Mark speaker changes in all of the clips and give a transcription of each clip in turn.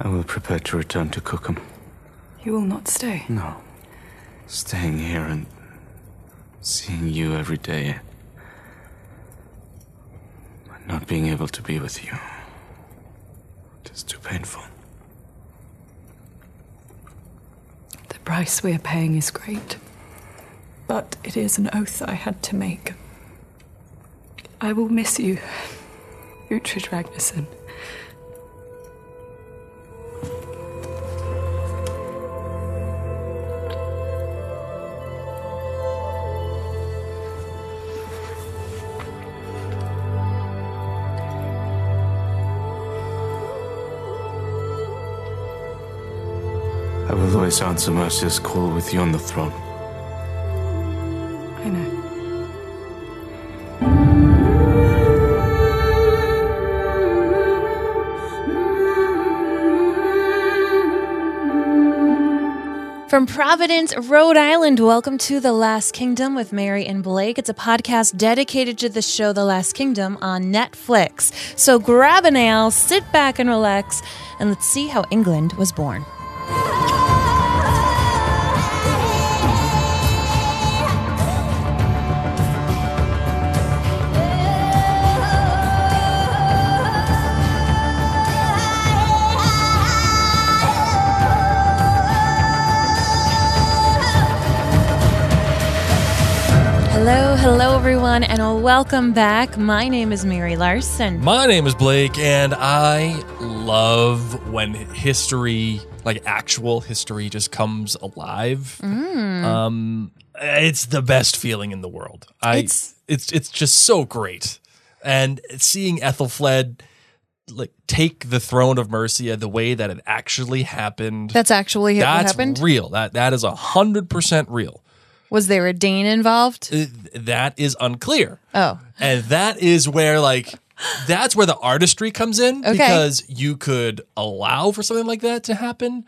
Speaker 1: I will prepare to return to Cookham.
Speaker 2: You will not stay.
Speaker 1: No. Staying here and seeing you every day. And not being able to be with you. It is too painful.
Speaker 2: The price we are paying is great. But it is an oath I had to make. I will miss you, Uhtred Ragnarsson.
Speaker 1: I will always answer Mercia's call with you on the throne.
Speaker 2: I know.
Speaker 3: From Providence, Rhode Island, welcome to The Last Kingdom with Mary and Blake. It's a podcast dedicated to the show The Last Kingdom on Netflix. So grab an ale, sit back and relax, and let's see how England was born. Hello, hello, everyone, and welcome back. My name is Mary Larson.
Speaker 4: My name is Blake, and I love when history, like actual history, just comes alive.
Speaker 3: Mm.
Speaker 4: Um, it's the best feeling in the world. I,
Speaker 3: It's-
Speaker 4: it's it's just so great, and seeing Ethelfled like take the throne of Mercia the way that it actually happened.
Speaker 3: That's actually what
Speaker 4: that's
Speaker 3: happened.
Speaker 4: real. That that is a hundred percent real.
Speaker 3: was there a Dane involved?
Speaker 4: Uh, That is unclear.
Speaker 3: Oh,
Speaker 4: And that is where like that's where the artistry comes in
Speaker 3: Okay.
Speaker 4: because you could allow for something like that to happen.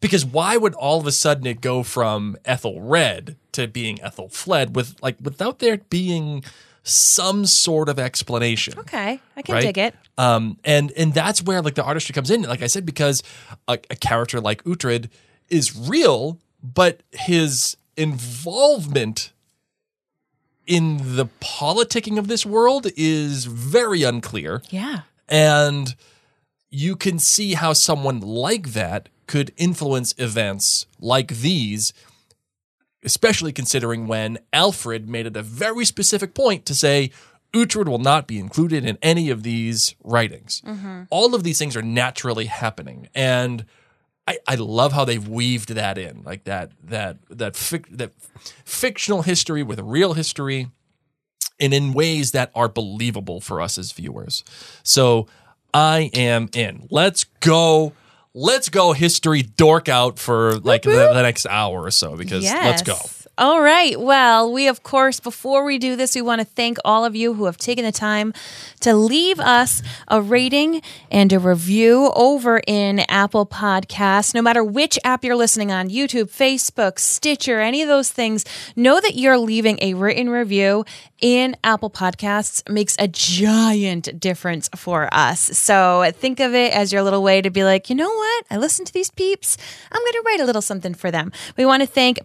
Speaker 4: Because why would all of a sudden it go from Ethel Red to being Ethel Fled with like without there being some sort of explanation?
Speaker 3: okay. I can
Speaker 4: Right?
Speaker 3: dig it.
Speaker 4: Um, and and that's where like the artistry comes in. Like I said, because a, a character like Uhtred is real, but his involvement in the politicking of this world is very unclear,
Speaker 3: Yeah.
Speaker 4: and you can see how someone like that could influence events like these. Especially considering when Alfred made it a very specific point to say Uhtred will not be included in any of these writings all of these things are naturally happening and I, I love how they've weaved that in like that that that fic, that fictional history with real history and in ways that are believable for us as viewers so i am in let's go let's go history dork out for like the, the next hour or so because let's go
Speaker 3: All right. Well, we, of course, before we do this, we want to thank all of you who have taken the time to leave us a rating and a review over in Apple Podcasts. No matter which app you're listening on YouTube, Facebook, Stitcher, any of those things, know that you're leaving a written review in Apple Podcasts makes a giant difference for us. So think of it as your little way to be like, you know what? I listen to these peeps. I'm going to write a little something for them. We want to thank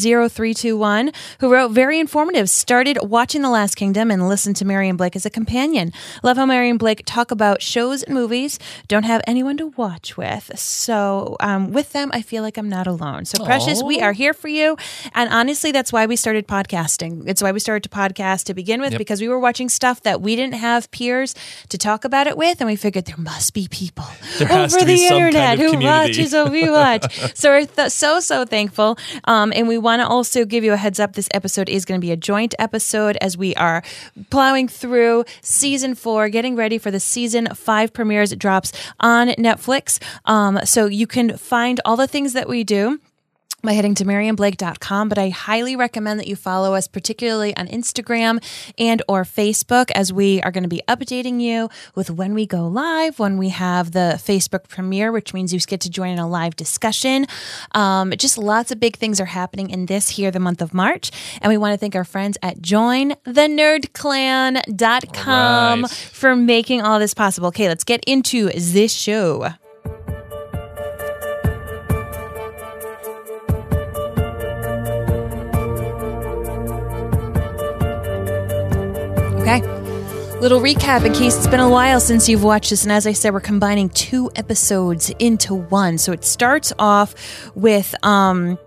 Speaker 3: Precious0321, who wrote very informative, started watching The Last Kingdom and listened to Mary and Blake as a companion. Love how Mary and Blake talk about shows and movies, don't have anyone to watch with. So um, with them, I feel like I'm not alone. So Precious, we are here for you. And honestly, that's why we started podcasting. It's why we started to podcast to begin with because we were watching stuff that we didn't have peers to talk about it with. And we figured there must be people
Speaker 4: There has
Speaker 3: over
Speaker 4: to be
Speaker 3: the
Speaker 4: some kind
Speaker 3: internet
Speaker 4: of
Speaker 3: who
Speaker 4: community.
Speaker 3: watches what we watch. so we're th- so, so thankful. Um, and we want to also give you a heads up this episode is going to be a joint episode as we are plowing through season four, getting ready for the season five premieres. It drops on Netflix. Um, so you can find all the things that we do by heading to marianblake.com but i highly recommend that you follow us particularly on instagram and or facebook as we are going to be updating you with when we go live when we have the facebook premiere which means you get to join in a live discussion um, just lots of big things are happening in this here the month of march and we want to thank our friends at jointhenerdclan.com
Speaker 4: All right.
Speaker 3: for making all this possible okay let's get into this show Okay. Little recap in case it's been a while since you've watched this. And as I said, we're combining two episodes into one. So it starts off with um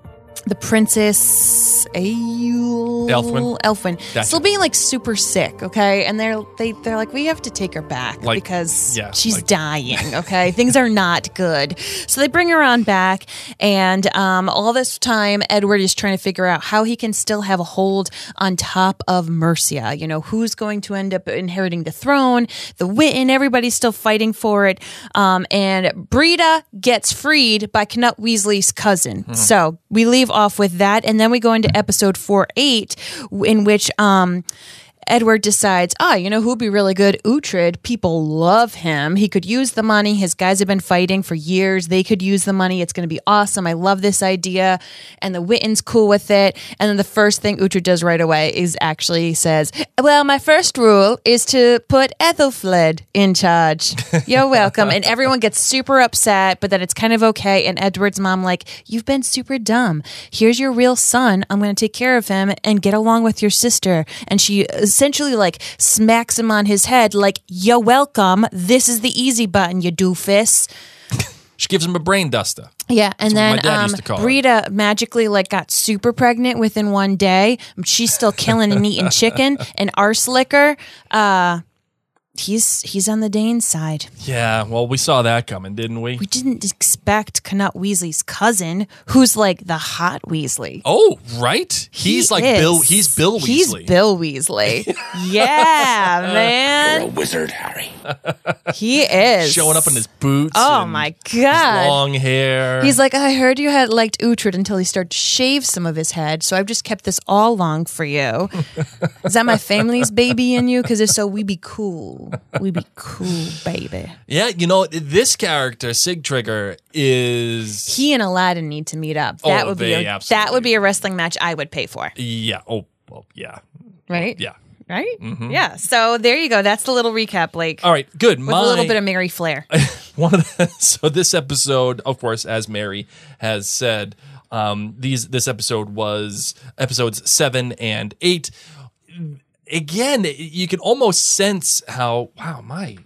Speaker 3: the princess Ael-
Speaker 4: Elfwin.
Speaker 3: Elfwin.
Speaker 4: Gotcha.
Speaker 3: Still being like super sick, okay? And they're they they're like, we have to take her back
Speaker 4: Like,
Speaker 3: because
Speaker 4: yeah,
Speaker 3: she's
Speaker 4: like-
Speaker 3: dying. Okay, things are not good. So they bring her on back, and um, all this time, Edward is trying to figure out how he can still have a hold on top of Mercia. You know, who's going to end up inheriting the throne? The Witten, everybody's still fighting for it. Um, and Brita gets freed by Knut Weasley's cousin.
Speaker 4: Hmm.
Speaker 3: So we leave off with that, and then we go into episode four eight, in which. Um, Edward decides, ah, you know who'd be really good? Uhtred. People love him. He could use the money. His guys have been fighting for years. They could use the money. It's going to be awesome. I love this idea. And the Witten's cool with it. And then the first thing Uhtred does right away is actually says, well, my first rule is to put Ethelfled in charge. You're welcome. and everyone gets super upset, but then it's kind of okay. And Edward's mom, like, you've been super dumb. Here's your real son. I'm going to take care of him and get along with your sister. And she essentially like smacks him on his head, like, you're welcome. This is the easy button, you doofus.
Speaker 4: She gives him a brain duster.
Speaker 3: Yeah, and
Speaker 4: That's what my
Speaker 3: then
Speaker 4: dad
Speaker 3: um,
Speaker 4: used to call her.
Speaker 3: Rita magically like got super pregnant within one day. She's still killing and eating chicken and Arslicker. Uh, he's he's on the Dane side.
Speaker 4: Yeah, well, we saw that coming, didn't we?
Speaker 3: We didn't expect Knut Weasley's cousin, who's like the hot Weasley.
Speaker 4: oh, right. He's
Speaker 3: He
Speaker 4: like
Speaker 3: is-
Speaker 4: Bill. He's Bill Weasley.
Speaker 3: He's Bill Weasley. yeah, man,
Speaker 1: Wizard Harry.
Speaker 3: he is
Speaker 4: showing up in his boots.
Speaker 3: Oh
Speaker 4: and
Speaker 3: my
Speaker 4: his
Speaker 3: god,
Speaker 4: long hair.
Speaker 3: He's like, I heard you had liked Uhtred until he started to shave some of his head, so I've just kept this all long for you. Is that my family's baby in you? Because if so, we be cool. We be cool, baby.
Speaker 4: yeah, you know this character Sig Trigger is.
Speaker 3: He and Aladdin need to meet up. That
Speaker 4: Oh,
Speaker 3: would be
Speaker 4: they
Speaker 3: a, that
Speaker 4: absolutely
Speaker 3: would be a wrestling match I would pay for.
Speaker 4: yeah. Oh, well, yeah,
Speaker 3: Right?
Speaker 4: yeah.
Speaker 3: Right? Yeah. So there you go. That's the little recap, Blake.
Speaker 4: Mm-hmm. All right, good.
Speaker 3: with a little bit of Mary Flair.
Speaker 4: one of the, so this episode of course as mary has said um these this episode was episodes seven and eight again you can almost sense how wow my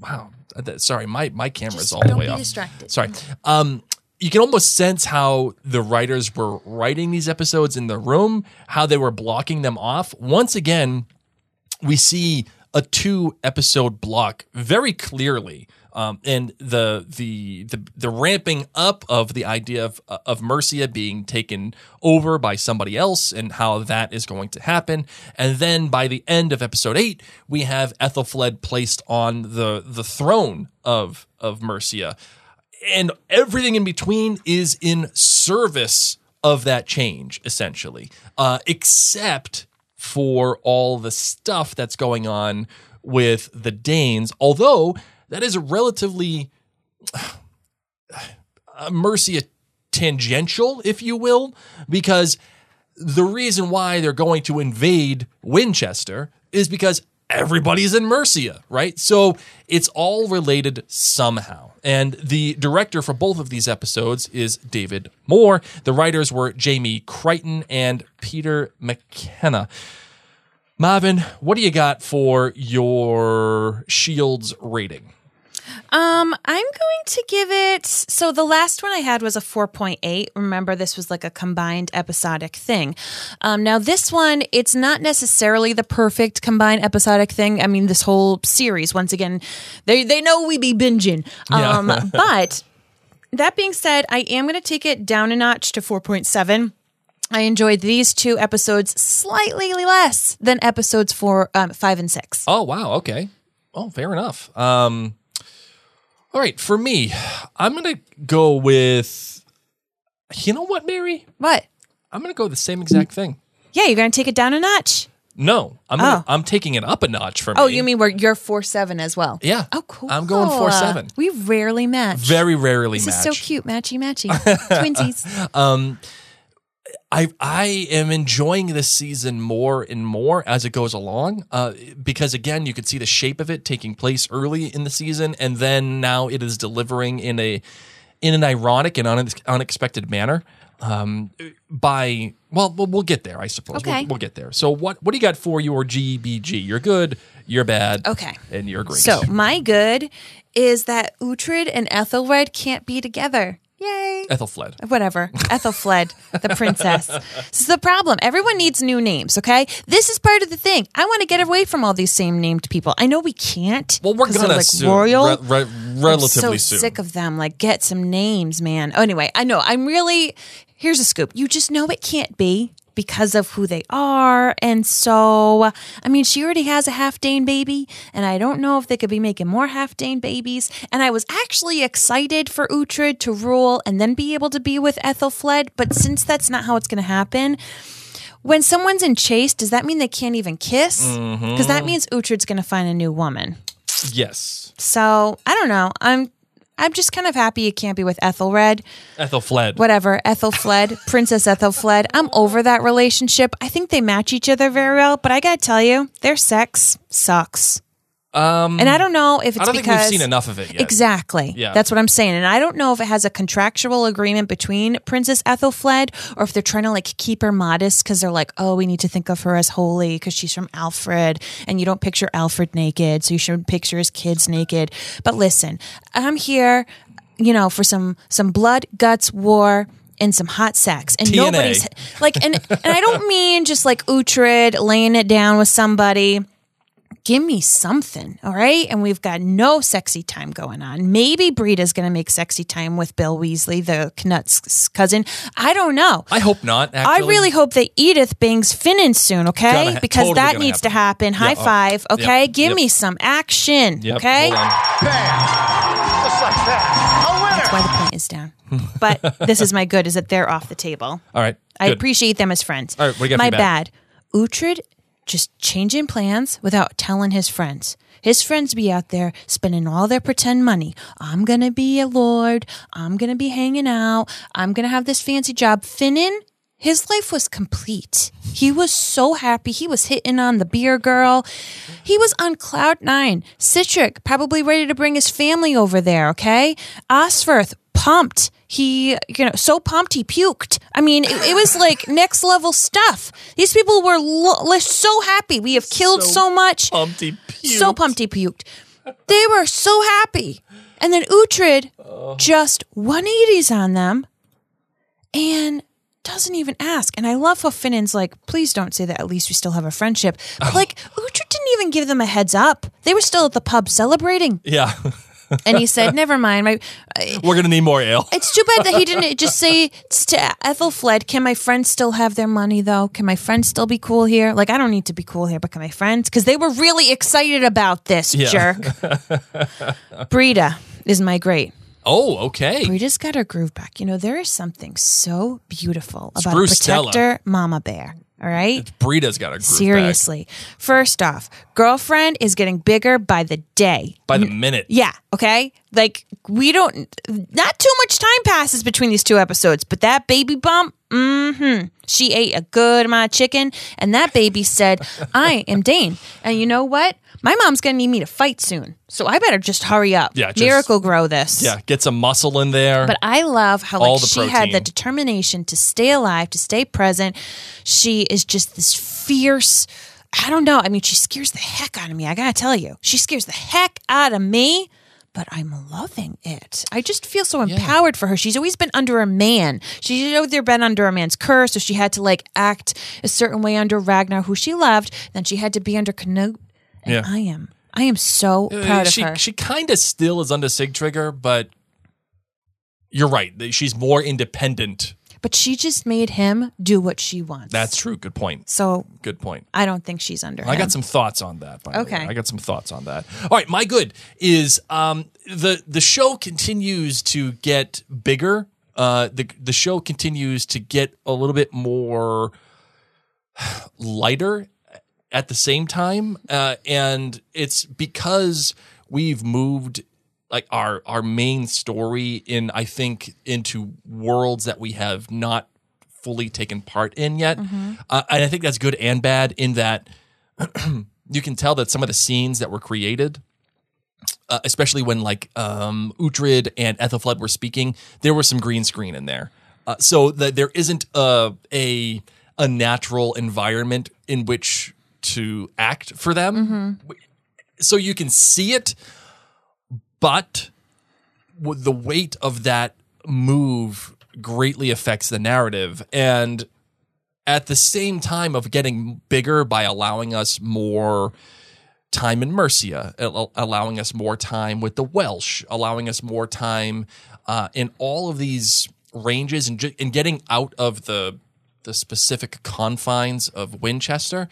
Speaker 4: wow that- sorry my my camera's
Speaker 3: Just
Speaker 4: all the
Speaker 3: don't
Speaker 4: way
Speaker 3: be
Speaker 4: off
Speaker 3: distracted.
Speaker 4: sorry um you can almost sense how the writers were writing these episodes in the room how they were blocking them off once again we see a two episode block very clearly um, and the, the the the ramping up of the idea of uh, of Mercia being taken over by somebody else and how that is going to happen and then by the end of episode 8 we have Ethelfled placed on the the throne of of Mercia and everything in between is in service of that change essentially uh, except for all the stuff that's going on with the danes although that is a relatively uh, mercia tangential if you will because the reason why they're going to invade Winchester is because everybody's in Mercia, right? So it's all related somehow. And the director for both of these episodes is David Moore. The writers were Jamie Crichton and Peter McKenna. Marvin, what do you got for your Shields rating?
Speaker 3: Um, I'm going to give it. So the last one I had was a 4.8. Remember, this was like a combined episodic thing. Um, now this one, it's not necessarily the perfect combined episodic thing. I mean, this whole series. Once again, they they know we be binging. Um, but that being said, I am going to take it down a notch to 4.7. I enjoyed these two episodes slightly less than episodes four, um, five, and six.
Speaker 4: Oh wow, okay. Oh, fair enough. Um All right, for me, I'm going to go with You know what, Mary?
Speaker 3: What?
Speaker 4: I'm going to go the same exact thing.
Speaker 3: Yeah, you're going to take it down a notch.
Speaker 4: No, I'm gonna,
Speaker 3: Oh.
Speaker 4: I'm taking it up a notch for me.
Speaker 3: Oh, you mean we're you're four seven as well?
Speaker 4: Yeah.
Speaker 3: Oh, cool.
Speaker 4: I'm going 4.7.
Speaker 3: Uh, We rarely match.
Speaker 4: very rarely
Speaker 3: This
Speaker 4: match.
Speaker 3: is so cute. Matchy matchy. Twinsies.
Speaker 4: I I am enjoying this season more and more as it goes along, uh, because again, you could see the shape of it taking place early in the season, and then now it is delivering in a in an ironic and unex- unexpected manner um, by Well, we'll, we'll get there, I suppose. We'll-
Speaker 3: Okay.
Speaker 4: We'll, get there. So, what what do you got for your GBG? You're good, you're bad,
Speaker 3: Okay.
Speaker 4: and you're great.
Speaker 3: So my good is that Uhtred and Ethelred can't be together. Yay.
Speaker 4: Ethel fled.
Speaker 3: Whatever. Ethel fled, the princess. This is the problem. Everyone needs new names, okay? This is part of the thing. I want to get away from all these same named people. I know we can't.
Speaker 4: Well, we're
Speaker 3: 'cause they're,
Speaker 4: gonna
Speaker 3: like
Speaker 4: soon,
Speaker 3: royal.
Speaker 4: re- re- relatively
Speaker 3: I'm so
Speaker 4: soon.
Speaker 3: sick of them. Like, get some names, man. Oh, anyway, I know. I'm really. Here's a scoop. You just know it can't be because of who they are, and so I mean, she already has a half Dane baby, and I don't know if they could be making more half Dane babies. And I was actually excited for Uhtred to rule and then be able to be with Ethelfled, but since that's not how it's going to happen. When someone's in chase, does that mean they can't even kiss? Because
Speaker 4: Mm-hmm.
Speaker 3: that means Uhtred's going to find a new woman.
Speaker 4: yes,
Speaker 3: So I don't know. I'm I'm just kind of happy you can't be with Ethelred.
Speaker 4: Ethel fled.
Speaker 3: Whatever. Ethel fled. Princess Ethel fled. I'm over that relationship. I think they match each other very well, but I gotta tell you, their sex sucks. Um, and I don't know if it's
Speaker 4: I don't think
Speaker 3: because
Speaker 4: we've seen enough of it yet.
Speaker 3: Exactly.
Speaker 4: Yeah.
Speaker 3: That's what I'm saying. And I don't know if it has a contractual agreement between Princess Ethelfled or if they're trying to like keep her modest because they're like, oh, we need to think of her as holy because she's from Alfred and you don't picture Alfred naked. So you should picture his kids naked. But listen, I'm here, you know, for some some blood, guts, war. And some hot sex, and
Speaker 4: TNA.
Speaker 3: nobody's like, and and I don't mean just like Uhtred laying it down with somebody give me something, all right? And we've got no sexy time going on. Maybe Breida's going to make sexy time with Bill Weasley, the Knut's cousin. I don't know.
Speaker 4: I hope not.
Speaker 3: I
Speaker 4: Actually.
Speaker 3: really hope that Edith bangs Finnan soon, okay?
Speaker 4: Gotta ha-
Speaker 3: because
Speaker 4: totally
Speaker 3: that
Speaker 4: gonna
Speaker 3: needs to happen. High
Speaker 4: Yeah, oh,
Speaker 3: five, okay?
Speaker 4: yep,
Speaker 3: Give
Speaker 4: yep.
Speaker 3: me some action,
Speaker 4: Yep,
Speaker 3: okay?
Speaker 4: hold on.
Speaker 5: Bam! Just like that. A winner!
Speaker 3: Why the point is down. But this is my good is that they're off the table.
Speaker 4: All right.
Speaker 3: I
Speaker 4: good.
Speaker 3: appreciate them as friends.
Speaker 4: All right, what do you got for
Speaker 3: My
Speaker 4: your bad?
Speaker 3: bad. Uhtred just changing plans without telling his friends. His friends be out there spending all their pretend money. I'm going to be a lord. I'm going to be hanging out. I'm going to have this fancy job. Finnan, his life was complete. He was so happy. He was hitting on the beer girl. He was on cloud nine. Citric, probably ready to bring his family over there, okay? Osferth, pumped. He, you know, so pumped he puked. I mean, it, it was like next level stuff. These people were lo- like, so happy. We have killed so, much.
Speaker 4: Humpty
Speaker 3: So pumped he puked. They were so happy. And then Uhtred just 180s on them and doesn't even ask. And I love how Finnan's like, please don't say that. At least we still have a friendship. But like, Uhtred didn't even give them a heads up. They were still at the pub celebrating.
Speaker 4: Yeah.
Speaker 3: And he said, never mind. My,
Speaker 4: We're going to need more ale.
Speaker 3: it's too bad that he didn't just say to Ethelfled, "Can my friends still have their money though? Can my friends still be cool here? Like I don't need to be cool here, but can my friends? Because they were really excited about this
Speaker 4: Yeah.
Speaker 3: jerk." Brita is my great.
Speaker 4: Oh, okay.
Speaker 3: Brita's got her groove back. You know there is something so beautiful about
Speaker 4: Spruce
Speaker 3: a
Speaker 4: Stella.
Speaker 3: protector mama bear. All right.
Speaker 4: Brita's got a group
Speaker 3: Seriously. First off, girlfriend is getting bigger by the day.
Speaker 4: By the minute.
Speaker 3: Yeah. Okay. Like we don't. Not too much time passes between these two episodes, but that baby bump. Mm-hmm. She ate a good amount of chicken, and that baby said, "I am Dane." And you know what? My mom's gonna need me to fight soon, so I better just hurry up.
Speaker 4: Yeah, just-
Speaker 3: Miracle grow this.
Speaker 4: Yeah. Get some muscle in there.
Speaker 3: But I love how
Speaker 4: All
Speaker 3: like
Speaker 4: the
Speaker 3: she had the
Speaker 4: protein.
Speaker 3: determination to stay alive, to stay present. She is just this fierce. I don't know. I mean, she scares the heck out of me. I gotta tell you, she scares the heck out of me. But I'm loving it. I just feel so empowered for her. She's always been under a man. She's always been under a man's curse, so she had to like act a certain way under Ragnar, who she loved. Then she had to be under Canute. And
Speaker 4: Yeah.
Speaker 3: I am. I am so
Speaker 4: Uh,
Speaker 3: proud of
Speaker 4: she,
Speaker 3: her.
Speaker 4: She kind of still is under Sig Trigger, but you're right. that She's more independent.
Speaker 3: but she just made him do what she wants.
Speaker 4: That's true. Good point.
Speaker 3: So
Speaker 4: Good point.
Speaker 3: I don't think she's under.
Speaker 4: I
Speaker 3: him.
Speaker 4: got some thoughts on that. By the
Speaker 3: Okay.
Speaker 4: way. I got some thoughts on that. All right, my good is um, the the show continues to get bigger. Uh, the the show continues to get a little bit more lighter at the same time, uh, and it's because we've moved like our our main story in I think into worlds that we have not fully taken part in yet,
Speaker 3: Mm-hmm.
Speaker 4: uh, and I think that's good and bad in that you can tell that some of the scenes that were created, uh, especially when like um, Uhtred and Ethelfled were speaking, there was some green screen in there, uh, so that there isn't a a a natural environment in which to act for them. So you can see it, but w- the weight of that move greatly affects the narrative. And at the same time of getting bigger by allowing us more time in Mercia, al- allowing us more time with the Welsh, allowing us more time uh, in all of these ranges and, ju- and getting out of the the specific confines of Winchester.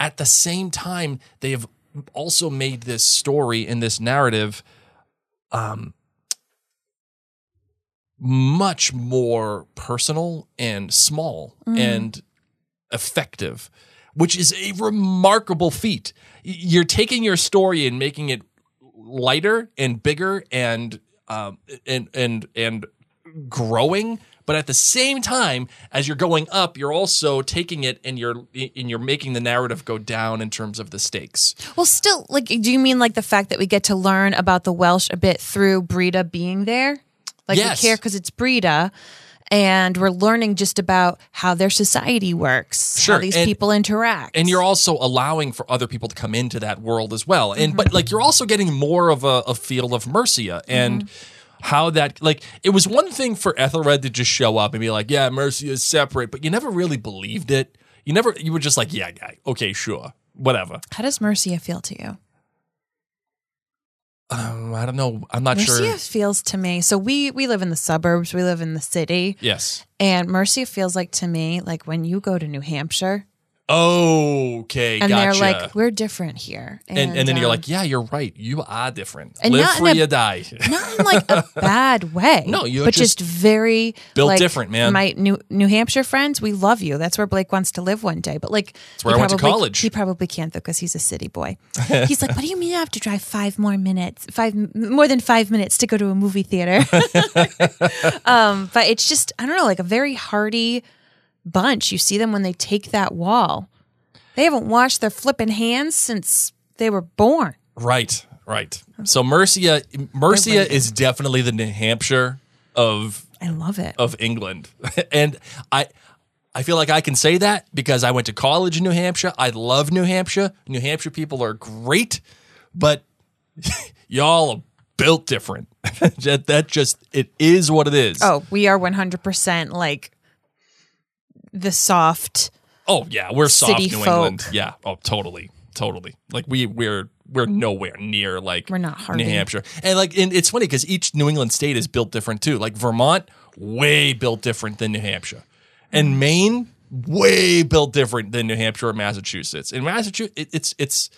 Speaker 4: At the same time, they have also made this story and this narrative um, much more personal and small and effective, which is a remarkable feat. Y- You're taking your story and making it lighter and bigger and um, and and and growing, but at the same time, as you're going up, you're also taking it and you're and you're making the narrative go down in terms of the stakes.
Speaker 3: Well, still, like, do you mean like the fact that we get to learn about the Welsh a bit through Breda being there? Like,
Speaker 4: Yes.
Speaker 3: we care because it's Breda, and we're learning just about how their society works,
Speaker 4: Sure,
Speaker 3: how these
Speaker 4: and-
Speaker 3: people interact.
Speaker 4: and you're also allowing for other people to come into that world as well and but
Speaker 3: Mm-hmm.
Speaker 4: like you're also getting more of a, a feel of mercia and
Speaker 3: Mm-hmm.
Speaker 4: how that like it was one thing for ethelred to just show up and be like yeah mercia is separate but you never really believed it you never you were just like yeah guy okay sure whatever
Speaker 3: how does Mercia feel to you?
Speaker 4: um, i don't know i'm not
Speaker 3: Mercia
Speaker 4: sure
Speaker 3: feels to me. So we we live in the suburbs. We live in the city,
Speaker 4: yes
Speaker 3: and Mercia feels like to me like when you go to New Hampshire,
Speaker 4: okay
Speaker 3: and
Speaker 4: gotcha
Speaker 3: they're like, we're different here,
Speaker 4: and, and then you're
Speaker 3: um,
Speaker 4: like yeah you're right you are different
Speaker 3: And
Speaker 4: live
Speaker 3: not in
Speaker 4: free
Speaker 3: a-
Speaker 4: or die
Speaker 3: not in like a bad way.
Speaker 4: No, you're
Speaker 3: but just, very
Speaker 4: built
Speaker 3: like,
Speaker 4: different, man.
Speaker 3: My New New Hampshire friends, we love you. That's where Blake wants to live one day. But like, that's
Speaker 4: where I went to college.
Speaker 3: He probably can't though because he's a city boy. he's like, what do you mean I have to drive five more minutes, five m- more than five minutes to go to a movie theater? um, but it's just I don't know, like a very hardy bunch. You see them when they take that wall. They haven't washed their flipping hands since they were born.
Speaker 4: Right, right. So Mercia, Mercia is definitely the New Hampshire of
Speaker 3: I love it.
Speaker 4: of England, and I. I feel like I can say that because I went to college in New Hampshire. I love New Hampshire. New Hampshire people are great, but y'all are built different. that, that just it is what it is.
Speaker 3: Oh, we are 100% like the soft.
Speaker 4: Oh yeah, we're soft
Speaker 3: City
Speaker 4: New
Speaker 3: folk.
Speaker 4: England. Yeah. Oh, totally, totally. Like we we're we're nowhere near like
Speaker 3: We're not Harvey.
Speaker 4: New Hampshire, and like and it's funny because each New England state is built different too. Like Vermont, way built different than New Hampshire,
Speaker 3: Mm.
Speaker 4: and Maine, way built different than New Hampshire or Massachusetts. And Massachusetts, it, it's it's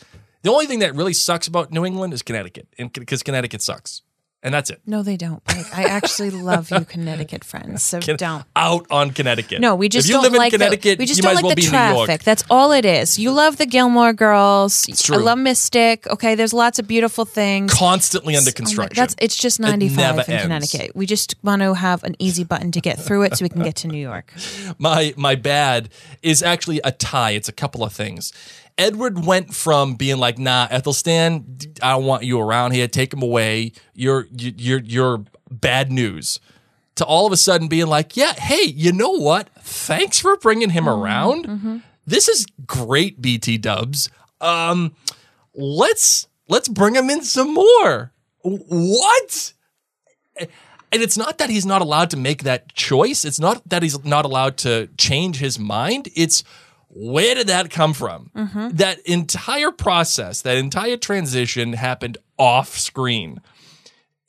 Speaker 4: the only thing that really sucks about New England is Connecticut, and because Connecticut sucks, and that's it.
Speaker 3: No, they don't. Like, I actually love you, Connecticut friends. So don't.
Speaker 4: out on Connecticut.
Speaker 3: No, we just
Speaker 4: if you
Speaker 3: don't
Speaker 4: live
Speaker 3: like
Speaker 4: in Connecticut.
Speaker 3: The, we just
Speaker 4: you
Speaker 3: don't
Speaker 4: might as
Speaker 3: like the
Speaker 4: well be in New York.
Speaker 3: traffic. That's all it is. You love the Gilmore Girls. It's
Speaker 4: true.
Speaker 3: I love Mystic. Okay, there's lots of beautiful things.
Speaker 4: Constantly under
Speaker 3: Oh my-
Speaker 4: construction.
Speaker 3: that's it's just 95
Speaker 4: never
Speaker 3: in
Speaker 4: ends.
Speaker 3: Connecticut. We just want to have an easy button to get through it so we can get to New York.
Speaker 4: my my bad is actually a tie. It's a couple of things. Edward went from being like, "Nah, Ethelstan, d- I don't want you around here. Take him away. You're you- you're you're bad news." To all of a sudden being like, "Yeah, hey, you know what? Thanks for bringing him
Speaker 3: Mm-hmm.
Speaker 4: around. This is great, BT Dubs. Um, let's let's bring him in some more. W- What?" and it's not that he's not allowed to make that choice. It's not that he's not allowed to change his mind. It's where did that come from?
Speaker 3: Mm-hmm.
Speaker 4: That entire process, that entire transition happened off screen.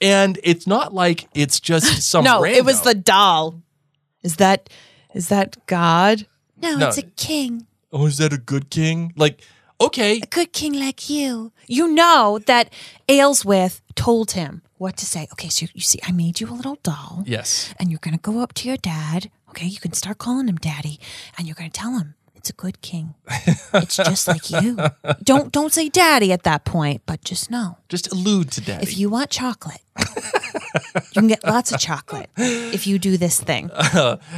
Speaker 4: And it's not like it's just some
Speaker 3: No, it was
Speaker 4: rando.
Speaker 3: the doll. Is that is that God?
Speaker 6: No,
Speaker 4: No.
Speaker 6: it's a king.
Speaker 4: oh, is that a good king? Like, okay,
Speaker 6: Good king like you.
Speaker 3: you know that Aylesworth told him what to say. Okay, so you see, I made you a little doll.
Speaker 4: yes,
Speaker 3: And you're going to go up to your dad. Okay, you can start calling him daddy. And you're going to tell him it's a good king. It's just like you. Don't don't say daddy at that point, but just know.
Speaker 4: just allude to daddy.
Speaker 3: If you want chocolate, you can get lots of chocolate if you do this thing.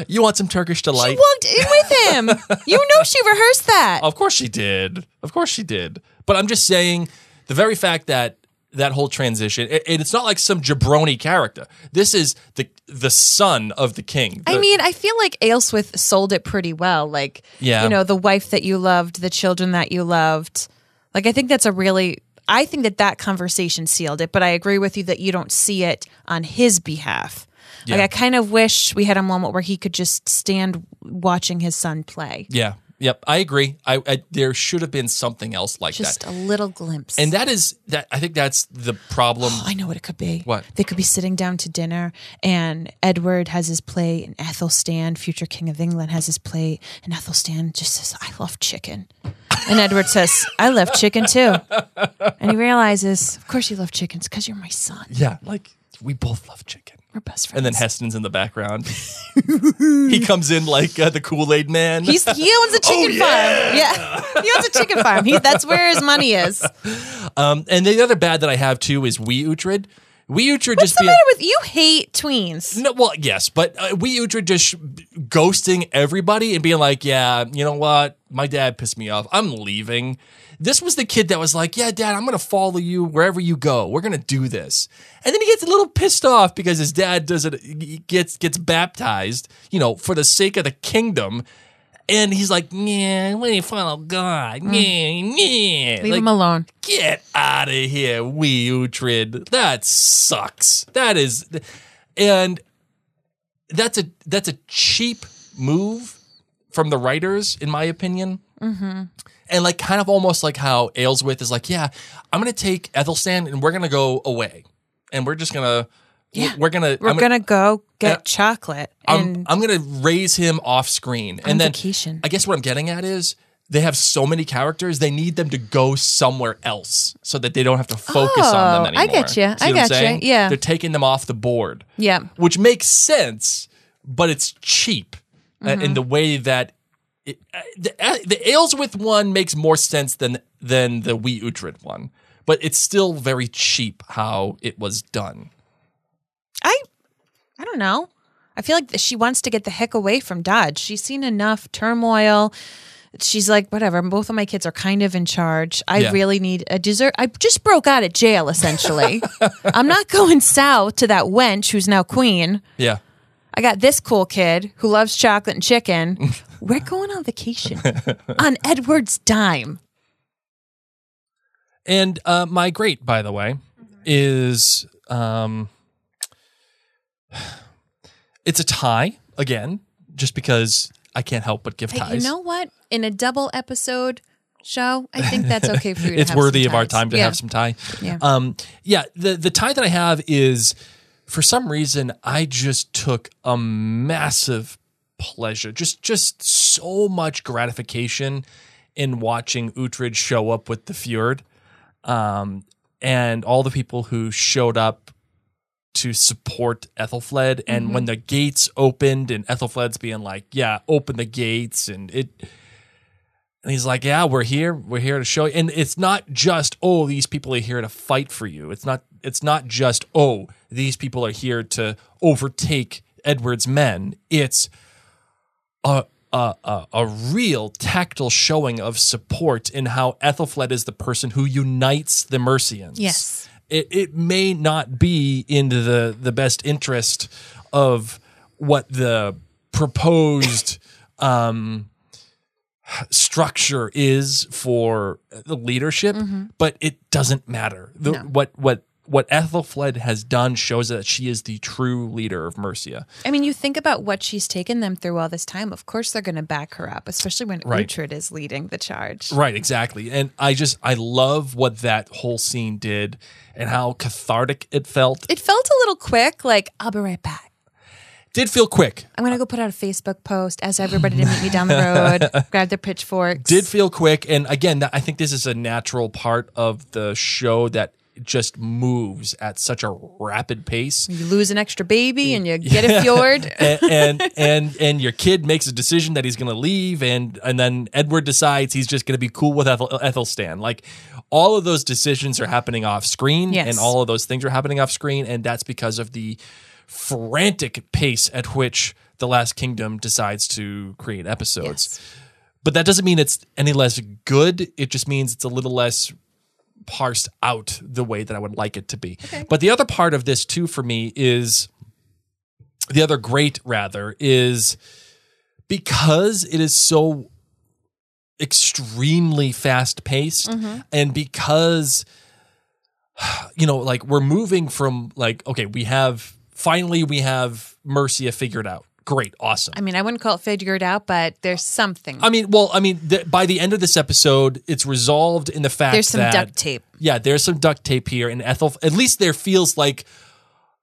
Speaker 4: you want some Turkish
Speaker 3: She
Speaker 4: delight?
Speaker 3: walked in with him. You know she rehearsed that.
Speaker 4: Of course she did. Of course she did. But I'm just saying the very fact that that whole transition. A- And it's not like some jabroni character. This is the the son of the king.
Speaker 3: I
Speaker 4: The-
Speaker 3: mean, I feel like Aylesworth sold it pretty well. Like,
Speaker 4: Yeah.
Speaker 3: you know, the wife that you loved, the children that you loved. Like, I think that's a really, I think that that conversation sealed it, but I agree with you that you don't see it on his behalf. Like, I kind of wish we had a moment where he could just stand watching his son play.
Speaker 4: yeah, yep, I agree. I, I there should have been something else like
Speaker 3: Just
Speaker 4: that.
Speaker 3: a little glimpse.
Speaker 4: And that is that. I think that's the problem.
Speaker 3: Oh, I know what it could be.
Speaker 4: What?
Speaker 3: They could be sitting down to dinner, and Edward has his plate, and Athelstan, future king of England, has his plate, and Athelstan just says, I love chicken. And Edward says, I love chicken too. And he realizes, Of course you love chickens because you're my son.
Speaker 4: Yeah, like we both love chicken.
Speaker 3: We're best friends.
Speaker 4: And then Heston's in the background. he comes in like uh, the Kool Aid Man.
Speaker 3: He's, he owns
Speaker 4: Oh,
Speaker 3: a chicken farm. Yeah. He owns a chicken farm. He, that's where his money is. What's
Speaker 4: Um, and the other bad that I have too is Wee Uhtred. Wee Uhtred just
Speaker 3: the
Speaker 4: being.
Speaker 3: matter with you? Hate tweens.
Speaker 4: No, well, yes, but uh, we Uhtred just sh- ghosting everybody and being like, "Yeah, you know what? My dad pissed me off. I'm leaving." This was the kid that was like, "Yeah, dad, I'm gonna follow you wherever you go. We're gonna do this." And then he gets a little pissed off because his dad does it. He gets gets baptized, you know, for the sake of the kingdom. And he's like, "Yeah, when you follow God, yeah, yeah."
Speaker 3: Mm. Leave
Speaker 4: Like,
Speaker 3: him alone.
Speaker 4: get out of here, we Utrid. That sucks. That is, and that's a that's a cheap move from the writers, in my opinion. Mm-hmm. And like, kind of almost like how Ayleswith is like, yeah, I'm gonna take Ethelstan and we're gonna go away, and we're just gonna.
Speaker 3: Yeah.
Speaker 4: We're gonna.
Speaker 3: We're
Speaker 4: I'm
Speaker 3: going to go get
Speaker 4: Uh,
Speaker 3: chocolate.
Speaker 4: I'm,
Speaker 3: And
Speaker 4: I'm gonna raise him off screen, and then
Speaker 3: vacation.
Speaker 4: I guess what I'm getting at is they have so many characters, they need them to go somewhere else so that they don't have to focus on
Speaker 3: Oh,
Speaker 4: them
Speaker 3: I
Speaker 4: anymore.
Speaker 3: get ya.
Speaker 4: See
Speaker 3: I
Speaker 4: what I'm
Speaker 3: get ya.
Speaker 4: saying?
Speaker 3: Yeah.
Speaker 4: they're taking them off the board.
Speaker 3: Yeah.
Speaker 4: which makes sense, but it's cheap uh,
Speaker 3: Mm-hmm.
Speaker 4: in the way that it, uh, the, uh, the Aylesworth one makes more sense than than the Wee Utrid one, but it's still very cheap how it was done.
Speaker 3: I I don't know. I feel like she wants to get the heck away from Dodge. She's seen enough turmoil. She's like, whatever. Both of my kids are kind of in charge. I
Speaker 4: Yeah.
Speaker 3: really need a dessert. I just broke out of jail, essentially. I'm not going south to that wench who's now queen.
Speaker 4: Yeah.
Speaker 3: I got this cool kid who loves chocolate and chicken. We're going on vacation on Edward's dime.
Speaker 4: And uh, my great, by the way,
Speaker 3: Mm-hmm.
Speaker 4: is um, it's a tie again, just because I can't help but give
Speaker 3: Hey, you
Speaker 4: ties.
Speaker 3: know what? In a double episode show, I think that's okay for you. to
Speaker 4: it's
Speaker 3: have
Speaker 4: worthy
Speaker 3: some
Speaker 4: of our
Speaker 3: ties.
Speaker 4: time to
Speaker 3: Yeah.
Speaker 4: have some tie.
Speaker 3: Yeah.
Speaker 4: Um, yeah. The the tie that I have is, for some reason, I just took a massive pleasure, just just so much gratification in watching Uhtred show up with the Fjord, um, and all the people who showed up to support Ethelfled. And
Speaker 3: Mm-hmm.
Speaker 4: when the gates opened, and Ethelfled's being like, "Yeah, open the gates," and it. And he's like, "Yeah, we're here. We're here to show." You. And it's not just, "Oh, these people are here to fight for you." It's not. It's not just, "Oh, these people are here to overtake Edward's men." It's a a a, a real tactile showing of support in how Ethelfled is the person who unites the Mercians.
Speaker 3: Yes.
Speaker 4: It it may not be in the the best interest of what the proposed. Um, structure is for the leadership, but it doesn't matter. The, What what what Ethelfled has done shows that she is the true leader of Mercia.
Speaker 3: I mean, you think about what she's taken them through all this time. Of course, they're going to back her up, especially when
Speaker 4: Right.
Speaker 3: Uhtred is leading the charge.
Speaker 4: Right, exactly. And I just I love what that whole scene did and how cathartic it felt. It
Speaker 3: It felt a little quick, like, I'll be right back.
Speaker 4: did feel quick.
Speaker 3: I'm going to go put out a Facebook post, ask everybody to meet me down the road, grab their pitchforks.
Speaker 4: Did feel quick and again that- I think this is a natural part of the show that just moves at such a rapid pace.
Speaker 3: you lose an extra baby and you get a fjord?
Speaker 4: and, and and and your kid makes a decision that he's going to leave, and and then Edward decides he's just going to be cool with Ethel, Ethelstan. Like all of those decisions are happening off screen,
Speaker 3: Yes.
Speaker 4: and all of those things are happening off screen, and that's because of the frantic pace at which the Last Kingdom decides to create episodes. But that doesn't mean it's any less good. It just means it's a little less parsed out the way that I would like it to be. But the other part of this too for me is the other great rather is because it is so extremely fast paced
Speaker 3: Mm-hmm.
Speaker 4: and because you know like we're moving from like okay we have finally we have Mercia figured out great awesome
Speaker 3: I mean, I wouldn't call it figured out, but there's something.
Speaker 4: I mean, well, I mean, th- by the end of this episode, it's resolved in the fact
Speaker 3: There's some
Speaker 4: that-
Speaker 3: duct tape.
Speaker 4: Yeah, there's some duct tape here, and Ethel. At least there feels like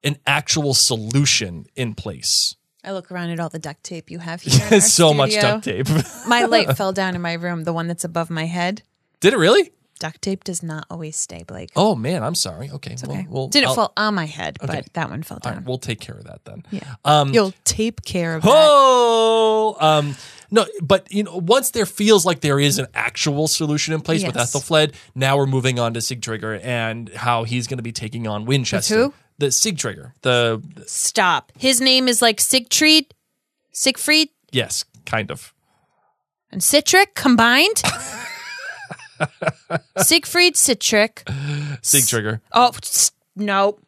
Speaker 4: an actual solution in place.
Speaker 3: I look around at all the duct tape you have here. in our
Speaker 4: There's so much
Speaker 3: studio.
Speaker 4: duct tape.
Speaker 3: My light fell down in my room, the one that's above my head.
Speaker 4: Did it really?
Speaker 3: Duct tape does not always stay, Blake.
Speaker 4: Oh man, I'm sorry. Okay, it's
Speaker 3: Okay.
Speaker 4: We'll,
Speaker 3: Didn't
Speaker 4: I'll-
Speaker 3: fall on my head,
Speaker 4: Okay.
Speaker 3: but that one fell
Speaker 4: all
Speaker 3: down.
Speaker 4: right, we'll take care of that then.
Speaker 3: yeah.
Speaker 4: Um,
Speaker 3: You'll take care of that.
Speaker 4: Oh, um, no, but you know, once there feels like there is an actual solution in place with
Speaker 3: Yes.
Speaker 4: Ethelfled, now we're moving on to Sigtrigger and how he's going to be taking on Winchester.
Speaker 3: who?
Speaker 4: The Sigtrigger. The
Speaker 3: Stop. His name is like Siegfried, Siegfried
Speaker 4: yes, kind of.
Speaker 3: and Citric combined. Siegfried Citric.
Speaker 4: Sigtrigger.
Speaker 3: Oh s- no.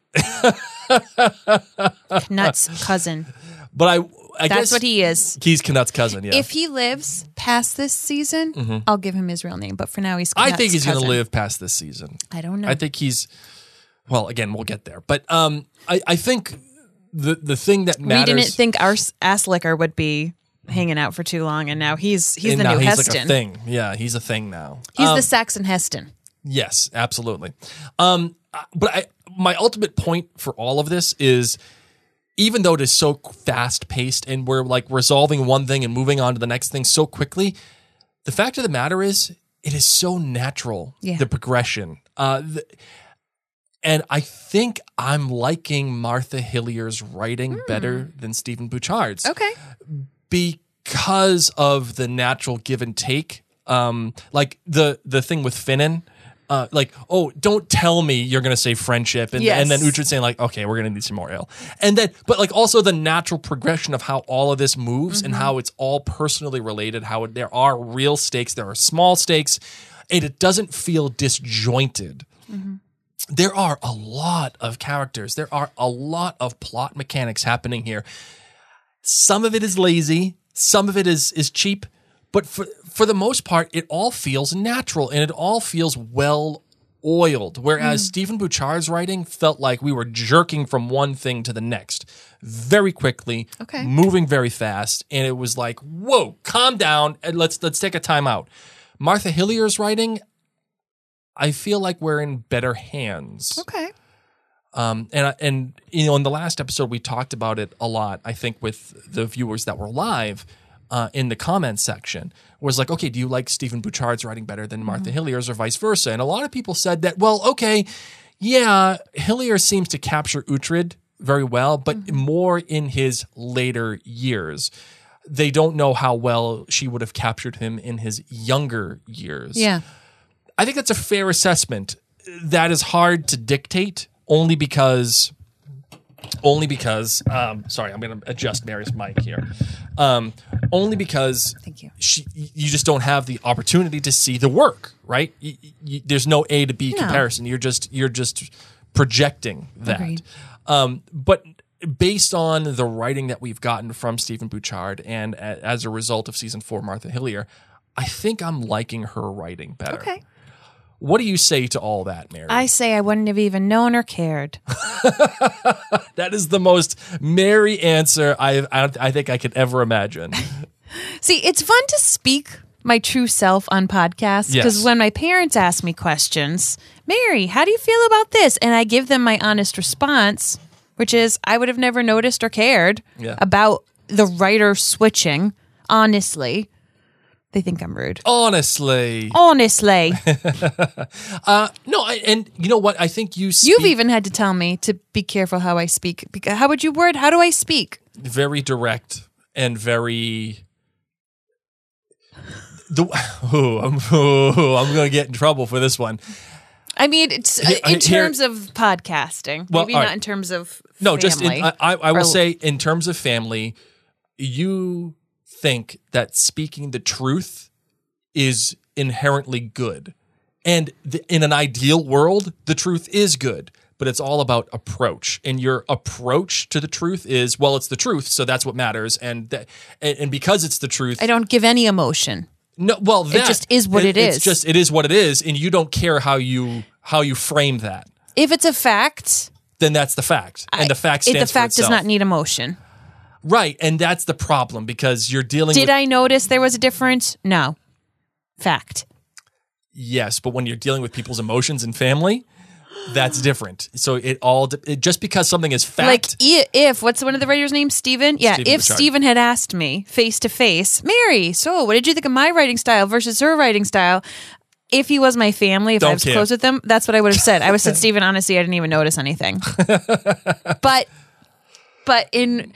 Speaker 3: Nuts cousin.
Speaker 4: But I, I
Speaker 3: That's
Speaker 4: guess
Speaker 3: what he is.
Speaker 4: He's Knut's cousin. Yeah. Mm-hmm.
Speaker 3: If he lives past this season, I'll give him his real name. But for now, he's.
Speaker 4: I
Speaker 3: Knut's
Speaker 4: think he's going to
Speaker 3: cousin.
Speaker 4: live past this season.
Speaker 3: I don't know.
Speaker 4: I think he's. Well, again, we'll get there. But um, I, I think the the thing that
Speaker 3: we
Speaker 4: matters.
Speaker 3: didn't think our s- ass licker would be hanging out for too long, and now he's he's
Speaker 4: and
Speaker 3: the
Speaker 4: now
Speaker 3: new
Speaker 4: he's
Speaker 3: Heston.
Speaker 4: like a thing. Um, Yeah, he's a thing now.
Speaker 3: He's the Saxon Heston.
Speaker 4: Yes, absolutely. Um, uh, but I, my ultimate point for all of this is, even though it is so fast paced and we're like resolving one thing and moving on to the next thing so quickly, the fact of the matter is, it is so natural
Speaker 3: Yeah.
Speaker 4: the progression. Uh, th- and I think I'm liking Martha Hillier's writing better than Stephen Bouchard's
Speaker 3: Hmm. Okay,
Speaker 4: because of the natural give and take. Um, like the the thing with Finnan, uh, like oh, don't tell me you're gonna say friendship, and
Speaker 3: Yes.
Speaker 4: and then Uhtred saying like, okay, we're gonna need some more ale, and then but like also the natural progression of how all of this moves and how it's all personally related, how there are real stakes, there are small stakes, and it doesn't feel disjointed there are a lot of characters. There are a lot of plot mechanics happening here. Some of it is lazy, some of it is is cheap, but for for the most part, it all feels natural and it all feels well oiled. Whereas Stephen Bouchard's writing felt like we were jerking from one thing to the next very quickly,
Speaker 3: Okay.
Speaker 4: moving very fast, and it was like, whoa, calm down and let's let's take a time out. Martha Hillier's writing, I feel like we're in better hands.
Speaker 3: okay.
Speaker 4: Um, and I- and you know, in the last episode, we talked about it a lot. I think with the viewers that were live uh, in the comments section was like, okay, do you like Stephen Bouchard's writing better than Martha Hillier's or vice versa? And a lot of people said that, well, okay, yeah, Hillier seems to capture Uhtred very well, but more in his later years. They don't know how well she would have captured him in his younger years.
Speaker 3: Yeah,
Speaker 4: I think that's a fair assessment. That is hard to dictate only because only because um sorry, I'm going to adjust Mary's mic here. Um only because
Speaker 3: Thank you.
Speaker 4: She, you just don't have the opportunity to see the work, right? Y y there's no A to B
Speaker 3: No.
Speaker 4: comparison. You're just you're just projecting that.
Speaker 3: Agreed.
Speaker 4: Um, but based on the writing that we've gotten from Stephen Bouchard and a, as a result of season four, Martha Hillier, I think I'm liking her writing better.
Speaker 3: okay.
Speaker 4: What do you say to all that, Mary?
Speaker 3: I say I wouldn't have even known or cared.
Speaker 4: that is the most Mary answer I, I I think I could ever imagine.
Speaker 3: See, it's fun to speak my true self on podcasts because
Speaker 4: Yes.
Speaker 3: when my parents ask me questions, Mary, how do you feel about this? And I give them my honest response, which is I would have never noticed or cared
Speaker 4: Yeah.
Speaker 3: about the writer switching. Honestly, they think I'm rude.
Speaker 4: Honestly,
Speaker 3: Honestly,
Speaker 4: no, I, and you know what? I think you speak
Speaker 3: you've even had to tell me to be careful how I speak. Beca- How would you word? How do I speak?
Speaker 4: very direct and very. The, oh, I'm, oh, I'm going to get in trouble for this one.
Speaker 3: I mean, it's uh,
Speaker 4: Here-
Speaker 3: in
Speaker 4: uh, here-
Speaker 3: terms of podcasting,
Speaker 4: Well,
Speaker 3: maybe
Speaker 4: all
Speaker 3: not
Speaker 4: right.
Speaker 3: in terms of
Speaker 4: No, just in,
Speaker 3: family.
Speaker 4: I, I I will
Speaker 3: Or-
Speaker 4: say in terms of family, you think that speaking the truth is inherently good, And the, in an ideal world, the truth is good, but it's all about approach. And your approach to the truth is, well, it's the truth, so that's what matters. And that, and, and because it's the truth,
Speaker 3: I don't give any emotion.
Speaker 4: no, well, that,
Speaker 3: just is what it
Speaker 4: it's
Speaker 3: is.
Speaker 4: just it is what it is, and you don't care how you how you frame that.
Speaker 3: If it's a fact,
Speaker 4: Then that's the fact, and the fact
Speaker 3: it,
Speaker 4: stands
Speaker 3: the
Speaker 4: for
Speaker 3: fact does
Speaker 4: itself.
Speaker 3: not need emotion.
Speaker 4: right, and that's the problem because you're dealing.
Speaker 3: Did
Speaker 4: with,
Speaker 3: I notice there was a difference? No. Fact.
Speaker 4: Yes, but when you're dealing with people's emotions and family, that's different. So it all de- it, just because something is fact,
Speaker 3: Like i- if what's one of the writers' names? Steven? Yeah,
Speaker 4: Steven
Speaker 3: if
Speaker 4: Pichard.
Speaker 3: Steven had asked me face to face, Mary, so what did you think of my writing style versus her writing style? If he was my family, if
Speaker 4: Don't
Speaker 3: I was
Speaker 4: care.
Speaker 3: close with him, that's what I would have said. I would have said, Steven, honestly, I didn't even notice anything. but but in
Speaker 4: terms-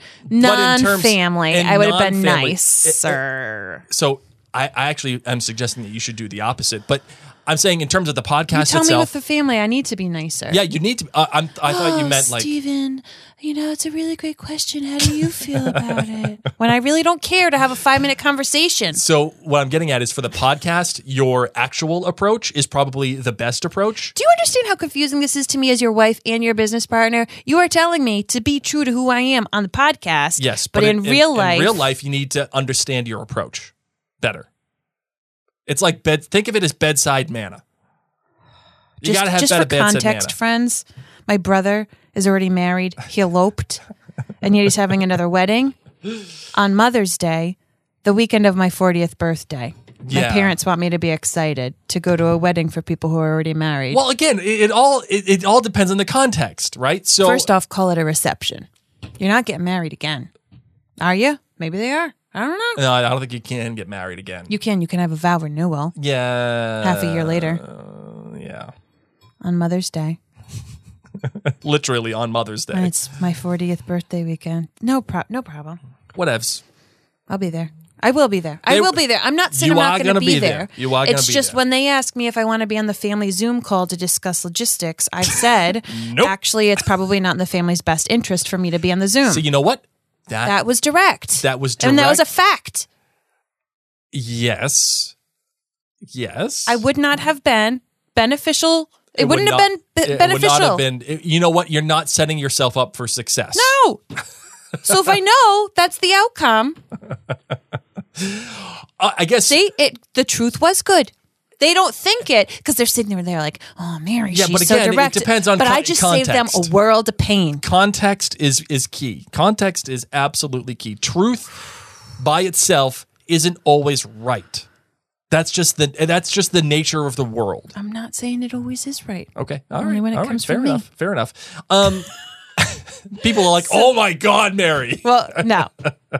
Speaker 3: non family,
Speaker 4: in
Speaker 3: I would have been
Speaker 4: non-family,
Speaker 3: nicer.
Speaker 4: so I, I actually am suggesting that you should do the opposite. But I'm saying in terms of the podcast
Speaker 3: Tell me with
Speaker 4: itself,
Speaker 3: the family, I need to be nicer.
Speaker 4: yeah, you need to. Uh, I'm, I thought you
Speaker 3: Oh,
Speaker 4: meant like
Speaker 3: Steven, you know, it's a really great question. How do you feel about it? When I really don't care to have a five minute conversation.
Speaker 4: So what I'm getting at is for the podcast, your actual approach is probably the best approach.
Speaker 3: Do you understand how confusing this is to me as your wife and your business partner? You are telling me to be true to who I am on the podcast.
Speaker 4: Yes,
Speaker 3: but, in, real life,
Speaker 4: in real life, you need to understand your approach better. It's like bed. Think of it as bedside manna. You
Speaker 3: just,
Speaker 4: gotta have
Speaker 3: just
Speaker 4: better
Speaker 3: for
Speaker 4: bedside
Speaker 3: context,
Speaker 4: manna.
Speaker 3: friends, my brother is already married. He eloped, and yet he's having another wedding on Mother's Day, the weekend of my 40th birthday. My
Speaker 4: Yeah.
Speaker 3: parents want me to be excited to go to a wedding for people who are already married.
Speaker 4: Well, again, it, it all it, it all depends on the context, right? So
Speaker 3: First off, call it a reception. You're not getting married again, are you? Maybe they are. I don't know.
Speaker 4: no, I don't think you can get married again.
Speaker 3: You can. You can have a vow renewal
Speaker 4: yeah,
Speaker 3: half a year later
Speaker 4: Yeah, Uh,
Speaker 3: on Mother's Day.
Speaker 4: literally on Mother's Day.
Speaker 3: And it's my 40th birthday weekend. No prob. No problem.
Speaker 4: Whatevs.
Speaker 3: I'll be there. I will be there. I
Speaker 4: They-
Speaker 3: will be there. I'm not saying
Speaker 4: You
Speaker 3: I'm
Speaker 4: are
Speaker 3: not going
Speaker 4: gonna
Speaker 3: to
Speaker 4: be
Speaker 3: be
Speaker 4: there.
Speaker 3: there.
Speaker 4: You are gonna
Speaker 3: It's
Speaker 4: be
Speaker 3: just
Speaker 4: there.
Speaker 3: when they ask me if I want to be on the family Zoom call to discuss logistics, I've said,
Speaker 4: Nope.
Speaker 3: actually, it's probably not in the family's best interest for me to be on the Zoom.
Speaker 4: So you know what? That,
Speaker 3: Hmm. that was direct.
Speaker 4: That was
Speaker 3: And that was a
Speaker 4: direct.
Speaker 3: fact.
Speaker 4: yes, yes.
Speaker 3: I would not have been beneficial. It,
Speaker 4: would
Speaker 3: wouldn't have
Speaker 4: not-
Speaker 3: been be-
Speaker 4: it
Speaker 3: beneficial.
Speaker 4: Would not have been. it- You know what? You're not setting yourself up for success.
Speaker 3: No. so if I know that's the outcome,
Speaker 4: Uh, I guess.
Speaker 3: see, it the truth was good. They don't think it because they're sitting there and they're like, "Oh, Mary,
Speaker 4: Yeah,
Speaker 3: she's
Speaker 4: but
Speaker 3: so
Speaker 4: again, it
Speaker 3: direct."
Speaker 4: depends on
Speaker 3: but I
Speaker 4: con-
Speaker 3: just saved them
Speaker 4: context.
Speaker 3: a world of pain.
Speaker 4: Context is is key. Context is absolutely key. Truth by itself isn't always right. That's just the that's just the nature of the world.
Speaker 3: I'm not saying it always is right.
Speaker 4: Okay. All right.
Speaker 3: Only when it
Speaker 4: all right,
Speaker 3: comes
Speaker 4: Fair
Speaker 3: from me.
Speaker 4: enough. Fair enough. Um, people are like, "Oh my God, Mary."
Speaker 3: Well, no,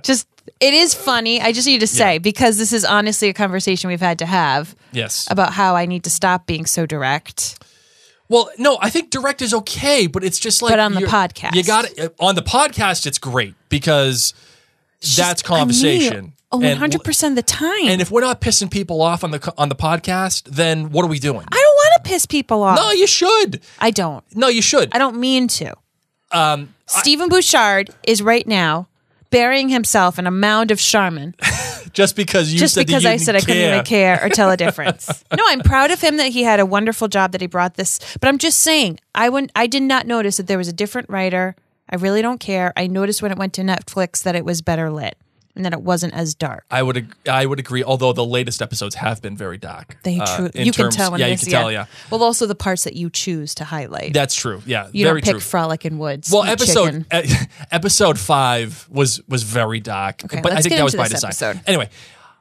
Speaker 3: just it is funny. I just need to say because this is honestly a conversation we've had to have
Speaker 4: Yes.
Speaker 3: about how I need to stop being so direct.
Speaker 4: Well, no, I think direct is okay, but it's just like
Speaker 3: But on the
Speaker 4: you're-
Speaker 3: podcast.
Speaker 4: you got it on the podcast. It's great because that's
Speaker 3: Just on me,
Speaker 4: conversation.
Speaker 3: Oh,
Speaker 4: And-
Speaker 3: 100 percent of the time.
Speaker 4: And if we're not pissing people off on the co- on the podcast, then what are we doing?
Speaker 3: I don't want to piss people off.
Speaker 4: no, you should.
Speaker 3: I don't.
Speaker 4: No, you should.
Speaker 3: I don't mean to. Um, Stephen Bouchard is right now burying himself in a mound of Charmin
Speaker 4: Just because you
Speaker 3: just
Speaker 4: said
Speaker 3: because
Speaker 4: that you
Speaker 3: I said I couldn't even care or tell a difference. no, I'm proud of him that he had a wonderful job that he brought this. But I'm just saying, I wouldn't, I did not notice that there was a different writer. I really don't care. I noticed when it went to Netflix that it was better lit and that it wasn't as dark.
Speaker 4: I would ag- I would agree. Although the latest episodes have been very dark.
Speaker 3: They
Speaker 4: uh,
Speaker 3: truly,
Speaker 4: in
Speaker 3: you
Speaker 4: terms-
Speaker 3: can tell. When
Speaker 4: yeah,
Speaker 3: it
Speaker 4: you
Speaker 3: is-
Speaker 4: can tell. Yeah,
Speaker 3: Well, also the parts that you choose to highlight.
Speaker 4: that's true. Yeah,
Speaker 3: you
Speaker 4: very
Speaker 3: don't pick
Speaker 4: true.
Speaker 3: frolic and woods.
Speaker 4: well,
Speaker 3: and
Speaker 4: episode
Speaker 3: chicken.
Speaker 4: e- episode five was was very dark,
Speaker 3: Okay,
Speaker 4: but I
Speaker 3: let's
Speaker 4: think
Speaker 3: get
Speaker 4: that was
Speaker 3: into
Speaker 4: by
Speaker 3: this
Speaker 4: design.
Speaker 3: episode.
Speaker 4: Anyway,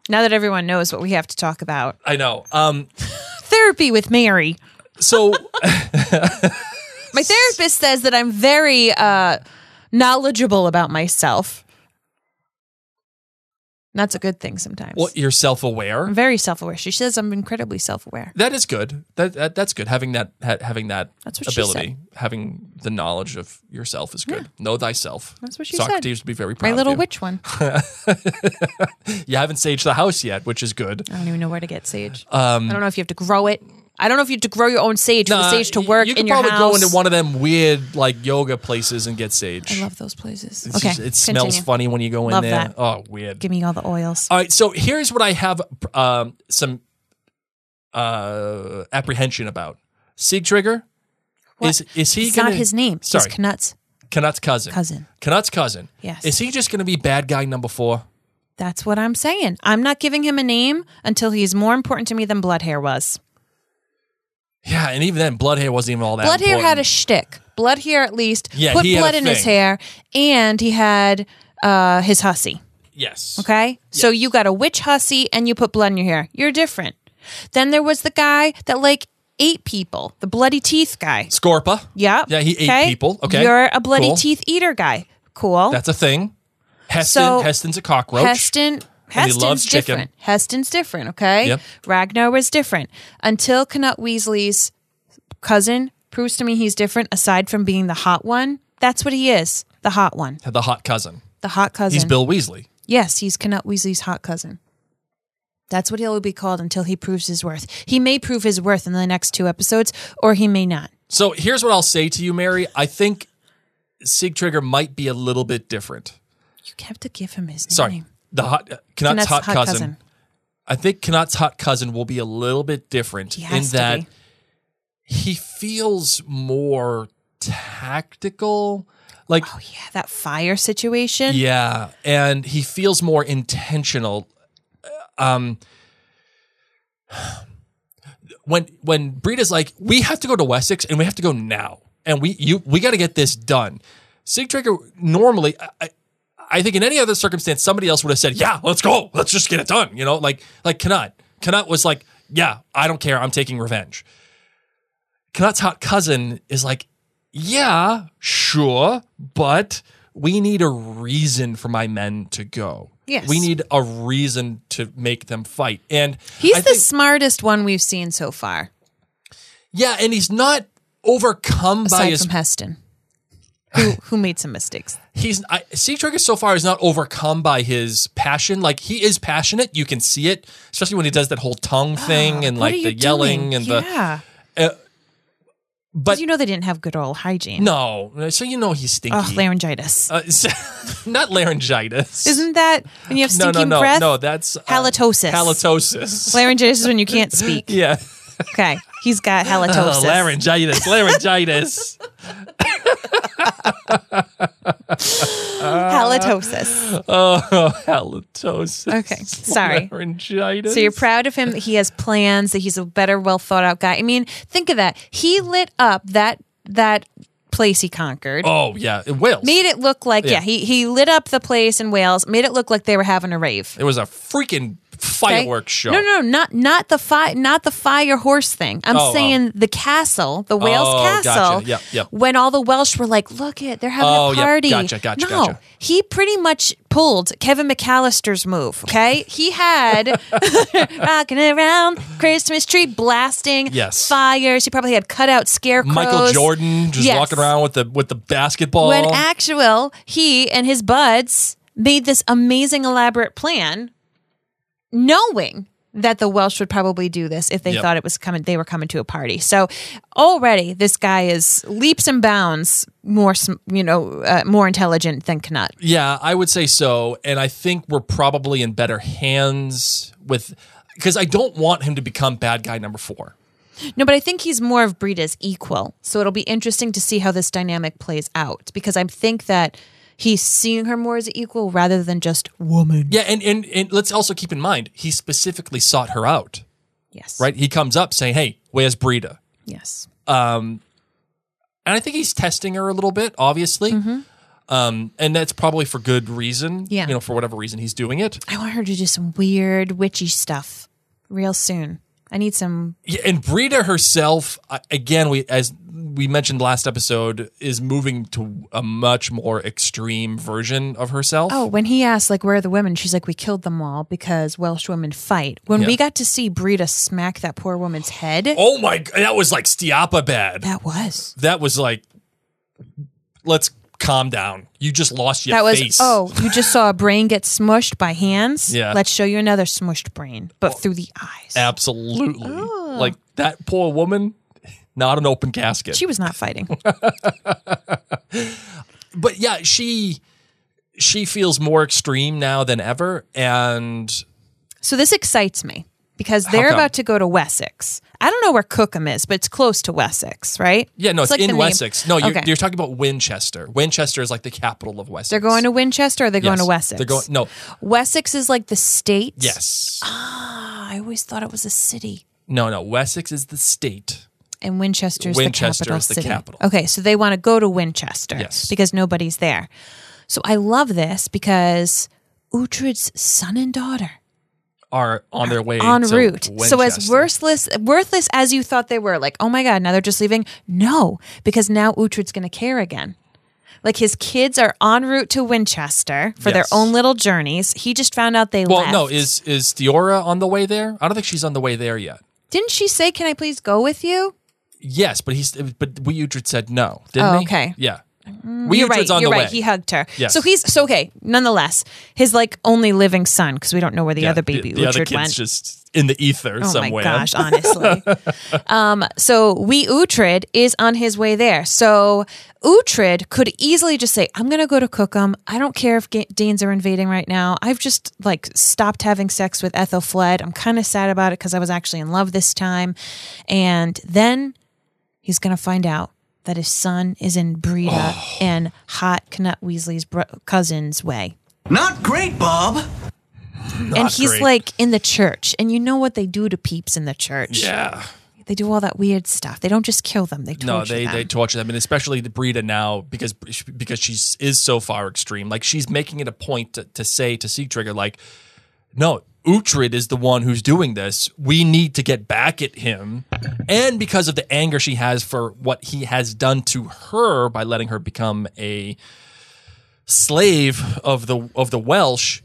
Speaker 3: Now that everyone knows what we have to talk about,
Speaker 4: I know. Um,
Speaker 3: therapy with Mary.
Speaker 4: so
Speaker 3: My therapist says that I'm very uh, knowledgeable about myself. And That's a good thing sometimes.
Speaker 4: well, you're self aware.
Speaker 3: I'm very self aware. She says I'm incredibly self aware.
Speaker 4: That is good. That, that that's good. Having that ha- having that
Speaker 3: That's what she
Speaker 4: ability, having the knowledge of yourself is good. Know thyself.
Speaker 3: That's what she said.
Speaker 4: Socrates would be very proud.
Speaker 3: My
Speaker 4: of
Speaker 3: little
Speaker 4: you.
Speaker 3: witch one. I
Speaker 4: You haven't saged the house yet, which is good.
Speaker 3: don't even know where to get sage. I don't know if you have to grow it. I don't know if you have to grow your own sage for
Speaker 4: Um, Nah,
Speaker 3: the sage to
Speaker 4: you-
Speaker 3: work
Speaker 4: You could
Speaker 3: in your
Speaker 4: probably
Speaker 3: house.
Speaker 4: go into one of them weird like yoga places and get sage.
Speaker 3: I love those places.
Speaker 4: It's
Speaker 3: okay,
Speaker 4: just- it smells
Speaker 3: continue.
Speaker 4: funny when you go in
Speaker 3: Love
Speaker 4: there.
Speaker 3: that.
Speaker 4: Oh, weird.
Speaker 3: Give me all the oils.
Speaker 4: All right, so here's what I have um, some uh, apprehension about. Sieg Trigger
Speaker 3: What?
Speaker 4: is is he
Speaker 3: it's
Speaker 4: gonna,
Speaker 3: not his name.
Speaker 4: Sorry,
Speaker 3: He's Knut's
Speaker 4: Kanat's cousin.
Speaker 3: cousin.
Speaker 4: Kanat's cousin.
Speaker 3: Yes.
Speaker 4: Is he just going to be bad guy number four?
Speaker 3: That's what I'm saying. I'm not giving him a name until he's more important to me than Bloodhair was.
Speaker 4: Yeah, and even then, Bloodhair wasn't even all that.
Speaker 3: Bloodhair
Speaker 4: important.
Speaker 3: had a shtick. Bloodhair at least
Speaker 4: Yeah,
Speaker 3: put
Speaker 4: he had a
Speaker 3: blood in his
Speaker 4: thing.
Speaker 3: hair, and he had uh, his hussy.
Speaker 4: yes.
Speaker 3: Okay? So you got a witch hussy and you put blood in your hair. You're different. Then there was the guy that like ate people, the bloody teeth guy.
Speaker 4: Scorpa.
Speaker 3: Yep.
Speaker 4: Yeah, he ate people. Okay.
Speaker 3: You're a bloody
Speaker 4: Cool.
Speaker 3: teeth eater guy. Cool.
Speaker 4: That's a thing. Heston.
Speaker 3: Oh. So-
Speaker 4: Heston's a cockroach.
Speaker 3: Heston.
Speaker 4: And he
Speaker 3: Heston's
Speaker 4: loves chicken.
Speaker 3: different. Heston's different, okay?
Speaker 4: Yep.
Speaker 3: Ragnar was different. Until Knut Weasley's cousin proves to me he's different, aside from being the hot one, that's what he is. The hot one.
Speaker 4: The hot cousin.
Speaker 3: The hot cousin.
Speaker 4: He's Bill Weasley.
Speaker 3: Yes, he's Knut Weasley's hot cousin. That's what he'll be called until he proves his worth. He may prove his worth in the next two episodes, or he may not.
Speaker 4: So here's what I'll say to you, Mary. I think Sig Trigger might be a little bit different.
Speaker 3: You have to give him his name.
Speaker 4: Sorry. The hot
Speaker 3: Knut's
Speaker 4: Knut's hot,
Speaker 3: hot
Speaker 4: cousin.
Speaker 3: cousin.
Speaker 4: I think Knut's hot cousin will be a little bit different
Speaker 3: He
Speaker 4: in
Speaker 3: has to
Speaker 4: that
Speaker 3: be.
Speaker 4: he feels more tactical. Like
Speaker 3: Oh yeah, that fire situation.
Speaker 4: Yeah, and he feels more intentional. Um, when when Breida's like, we have to go to Wessex and we have to go now, and we you we got to get this done. Sig Trigger normally, I- I, I think in any other circumstance, somebody else would have said, yeah, let's go, let's just get it done. You know, like like Kanat. Kanat was like, yeah, I don't care, I'm taking revenge. Kanat's hot cousin is like, yeah, sure, but we need a reason for my men to go.
Speaker 3: Yes.
Speaker 4: We need a reason to make them fight. And
Speaker 3: He's
Speaker 4: I
Speaker 3: the
Speaker 4: think-
Speaker 3: smartest one we've seen so far,
Speaker 4: yeah, and he's not overcome by
Speaker 3: aside
Speaker 4: his
Speaker 3: from Heston, who who made some mistakes.
Speaker 4: he's I, Sea Trigger so far is not overcome by his passion. Like he is passionate, you can see it, especially when he does that whole tongue thing and like
Speaker 3: Ah, what are
Speaker 4: the
Speaker 3: you
Speaker 4: yelling
Speaker 3: doing?
Speaker 4: and the uh,
Speaker 3: yeah.
Speaker 4: but
Speaker 3: you know they didn't have good oral hygiene.
Speaker 4: no, so you know he's stinky.
Speaker 3: Ugh, laryngitis.
Speaker 4: Uh, so- not laryngitis.
Speaker 3: Isn't that when you have
Speaker 4: no,
Speaker 3: stinking
Speaker 4: no, no,
Speaker 3: breath?
Speaker 4: no. That's uh,
Speaker 3: Halitosis.
Speaker 4: Halitosis.
Speaker 3: Laryngitis is when you can't speak.
Speaker 4: yeah.
Speaker 3: Okay, he's got halitosis.
Speaker 4: Uh, laryngitis. Laryngitis.
Speaker 3: halitosis.
Speaker 4: oh, halitosis.
Speaker 3: Okay, sorry.
Speaker 4: Laryngitis.
Speaker 3: So you're proud of him that he has plans, that he's a better, well thought out guy. I mean, think of that. He lit up that that place he conquered.
Speaker 4: Oh yeah, it will.
Speaker 3: Made it look like yeah.
Speaker 4: Yeah.
Speaker 3: he he lit up the place in Wales, made it look like they were having a rave.
Speaker 4: It was a freaking
Speaker 3: okay?
Speaker 4: fireworks show.
Speaker 3: No, no, not not the fire not the fire horse thing. I'm
Speaker 4: Oh,
Speaker 3: saying the castle, the Wales
Speaker 4: Oh, gotcha.
Speaker 3: castle.
Speaker 4: Yep, yep.
Speaker 3: When all the Welsh were like, "Look it, they're having
Speaker 4: Oh,
Speaker 3: a
Speaker 4: yep.
Speaker 3: party."
Speaker 4: Gotcha, gotcha,
Speaker 3: no,
Speaker 4: gotcha.
Speaker 3: he pretty much pulled Kevin McAllister's move. Okay, he had rocking around Christmas tree blasting
Speaker 4: Yes.
Speaker 3: fires. He probably had cutout scarecrows.
Speaker 4: Michael Jordan just
Speaker 3: Yes.
Speaker 4: walking around with the with the basketball.
Speaker 3: When actual, he and his buds made this amazing, elaborate plan, knowing that the Welsh would probably do this if they
Speaker 4: Yep.
Speaker 3: thought it was coming. They were coming to a party. So already, this guy is leaps and bounds more, sm- you know, uh, more intelligent than Knut.
Speaker 4: yeah, I would say so, and I think we're probably in better hands with because I don't want him to become bad guy number four.
Speaker 3: No, but I think he's more of Breida's equal. So it'll be interesting to see how this dynamic plays out because I think that he's seeing her more as an equal rather than just woman.
Speaker 4: Yeah, and and and let's also keep in mind he specifically sought her out.
Speaker 3: Yes.
Speaker 4: Right, he comes up saying, "Hey, where's Brita?"
Speaker 3: Yes.
Speaker 4: And I think he's testing her a little bit, obviously. Um, and that's probably for good reason.
Speaker 3: Mm-hmm. Yeah.
Speaker 4: you know, for whatever reason he's doing it.
Speaker 3: I want her to do some weird witchy stuff real soon. I need some.
Speaker 4: Yeah, and Brita herself, uh, again, we as we mentioned last episode, is moving to a much more extreme version of herself.
Speaker 3: Oh, when he asked like where are the women, she's like we killed them all because Welsh women fight. When we
Speaker 4: Yeah.
Speaker 3: got to see Brita smack that poor woman's head,
Speaker 4: Oh my! g- That was like Stiapa bad.
Speaker 3: that was
Speaker 4: That was like, let's calm down. You just lost your
Speaker 3: that was
Speaker 4: face.
Speaker 3: oh you just saw a brain get smushed by hands.
Speaker 4: Yeah. Oh. Eh.
Speaker 3: let's show you another smushed brain, but through the eyes.
Speaker 4: absolutely.
Speaker 3: Oh.
Speaker 4: Like that poor woman, not an open casket.
Speaker 3: She was not fighting.
Speaker 4: but yeah, she she feels more extreme now than ever, and
Speaker 3: so this excites me. because they're
Speaker 4: come?
Speaker 3: about to go to Wessex. I don't know where Cookham is, but it's close to Wessex, right?
Speaker 4: Yeah, no, it's,
Speaker 3: like the
Speaker 4: in
Speaker 3: name-
Speaker 4: Wessex. No, you're,
Speaker 3: Okay.
Speaker 4: you're talking about Winchester. Winchester is like the capital of Wessex.
Speaker 3: They're going to Winchester or they're going
Speaker 4: Yes.
Speaker 3: to Wessex?
Speaker 4: They're going no.
Speaker 3: Wessex is like the state. Ah,
Speaker 4: Yes.
Speaker 3: I always thought it was a city.
Speaker 4: No, no. Wessex is the state.
Speaker 3: And Winchester's
Speaker 4: Winchester
Speaker 3: the capital
Speaker 4: is the
Speaker 3: city.
Speaker 4: capital.
Speaker 3: Okay, so they want to go to Winchester
Speaker 4: Yes.
Speaker 3: because nobody's there. So I love this because Uhtred's son and daughter
Speaker 4: Are on their way
Speaker 3: en
Speaker 4: to
Speaker 3: route. So as
Speaker 4: Winchester.
Speaker 3: worthless worthless as you thought they were, like, oh my God, now they're just leaving. No, because now Uhtred's gonna care again. Like his kids are en route to Winchester for
Speaker 4: Yes.
Speaker 3: their own little journeys. He just found out they
Speaker 4: Well,
Speaker 3: left.
Speaker 4: no, is is Theora on the way there? I don't think she's on the way there yet.
Speaker 3: didn't she say, Can I please go with you?
Speaker 4: Yes, but he's but Weudred said no, didn't
Speaker 3: Oh,
Speaker 4: he?
Speaker 3: okay. Mm,
Speaker 4: Yeah.
Speaker 3: you're right.
Speaker 4: Weudred's on
Speaker 3: you're
Speaker 4: the
Speaker 3: right.
Speaker 4: way.
Speaker 3: He hugged her.
Speaker 4: Yes.
Speaker 3: So he's so okay. Nonetheless, his like only living son, because we don't know where the
Speaker 4: Yeah,
Speaker 3: other baby
Speaker 4: the, the other
Speaker 3: Uhtred
Speaker 4: kid's
Speaker 3: went.
Speaker 4: just in the ether
Speaker 3: Oh
Speaker 4: somewhere.
Speaker 3: my gosh, honestly. um, so we Uhtred is on his way there. So Uhtred could easily just say, "I'm going to go to Cookham. I don't care if Ga- Danes are invading right now. I've just like stopped having sex with Ethelfled. I'm kind of sad about it because I was actually in love this time." And then he's going to find out that his son is in Breda
Speaker 4: Oh.
Speaker 3: and hot Knut Weasley's bro- cousin's way
Speaker 6: Not great, Bob.
Speaker 3: and he's
Speaker 4: great.
Speaker 3: like in the church and you know what they do to peeps in the church
Speaker 4: Yeah.
Speaker 3: they do all that weird stuff they don't just kill them they torture
Speaker 4: No, they
Speaker 3: them
Speaker 4: they torture them, and especially the Brita now because because she's is so far extreme. Like she's making it a point to, to say to Sea Trigger, like, no, Uhtred is the one who's doing this. We need to get back at him, and because of the anger she has for what he has done to her by letting her become a slave of the of the Welsh.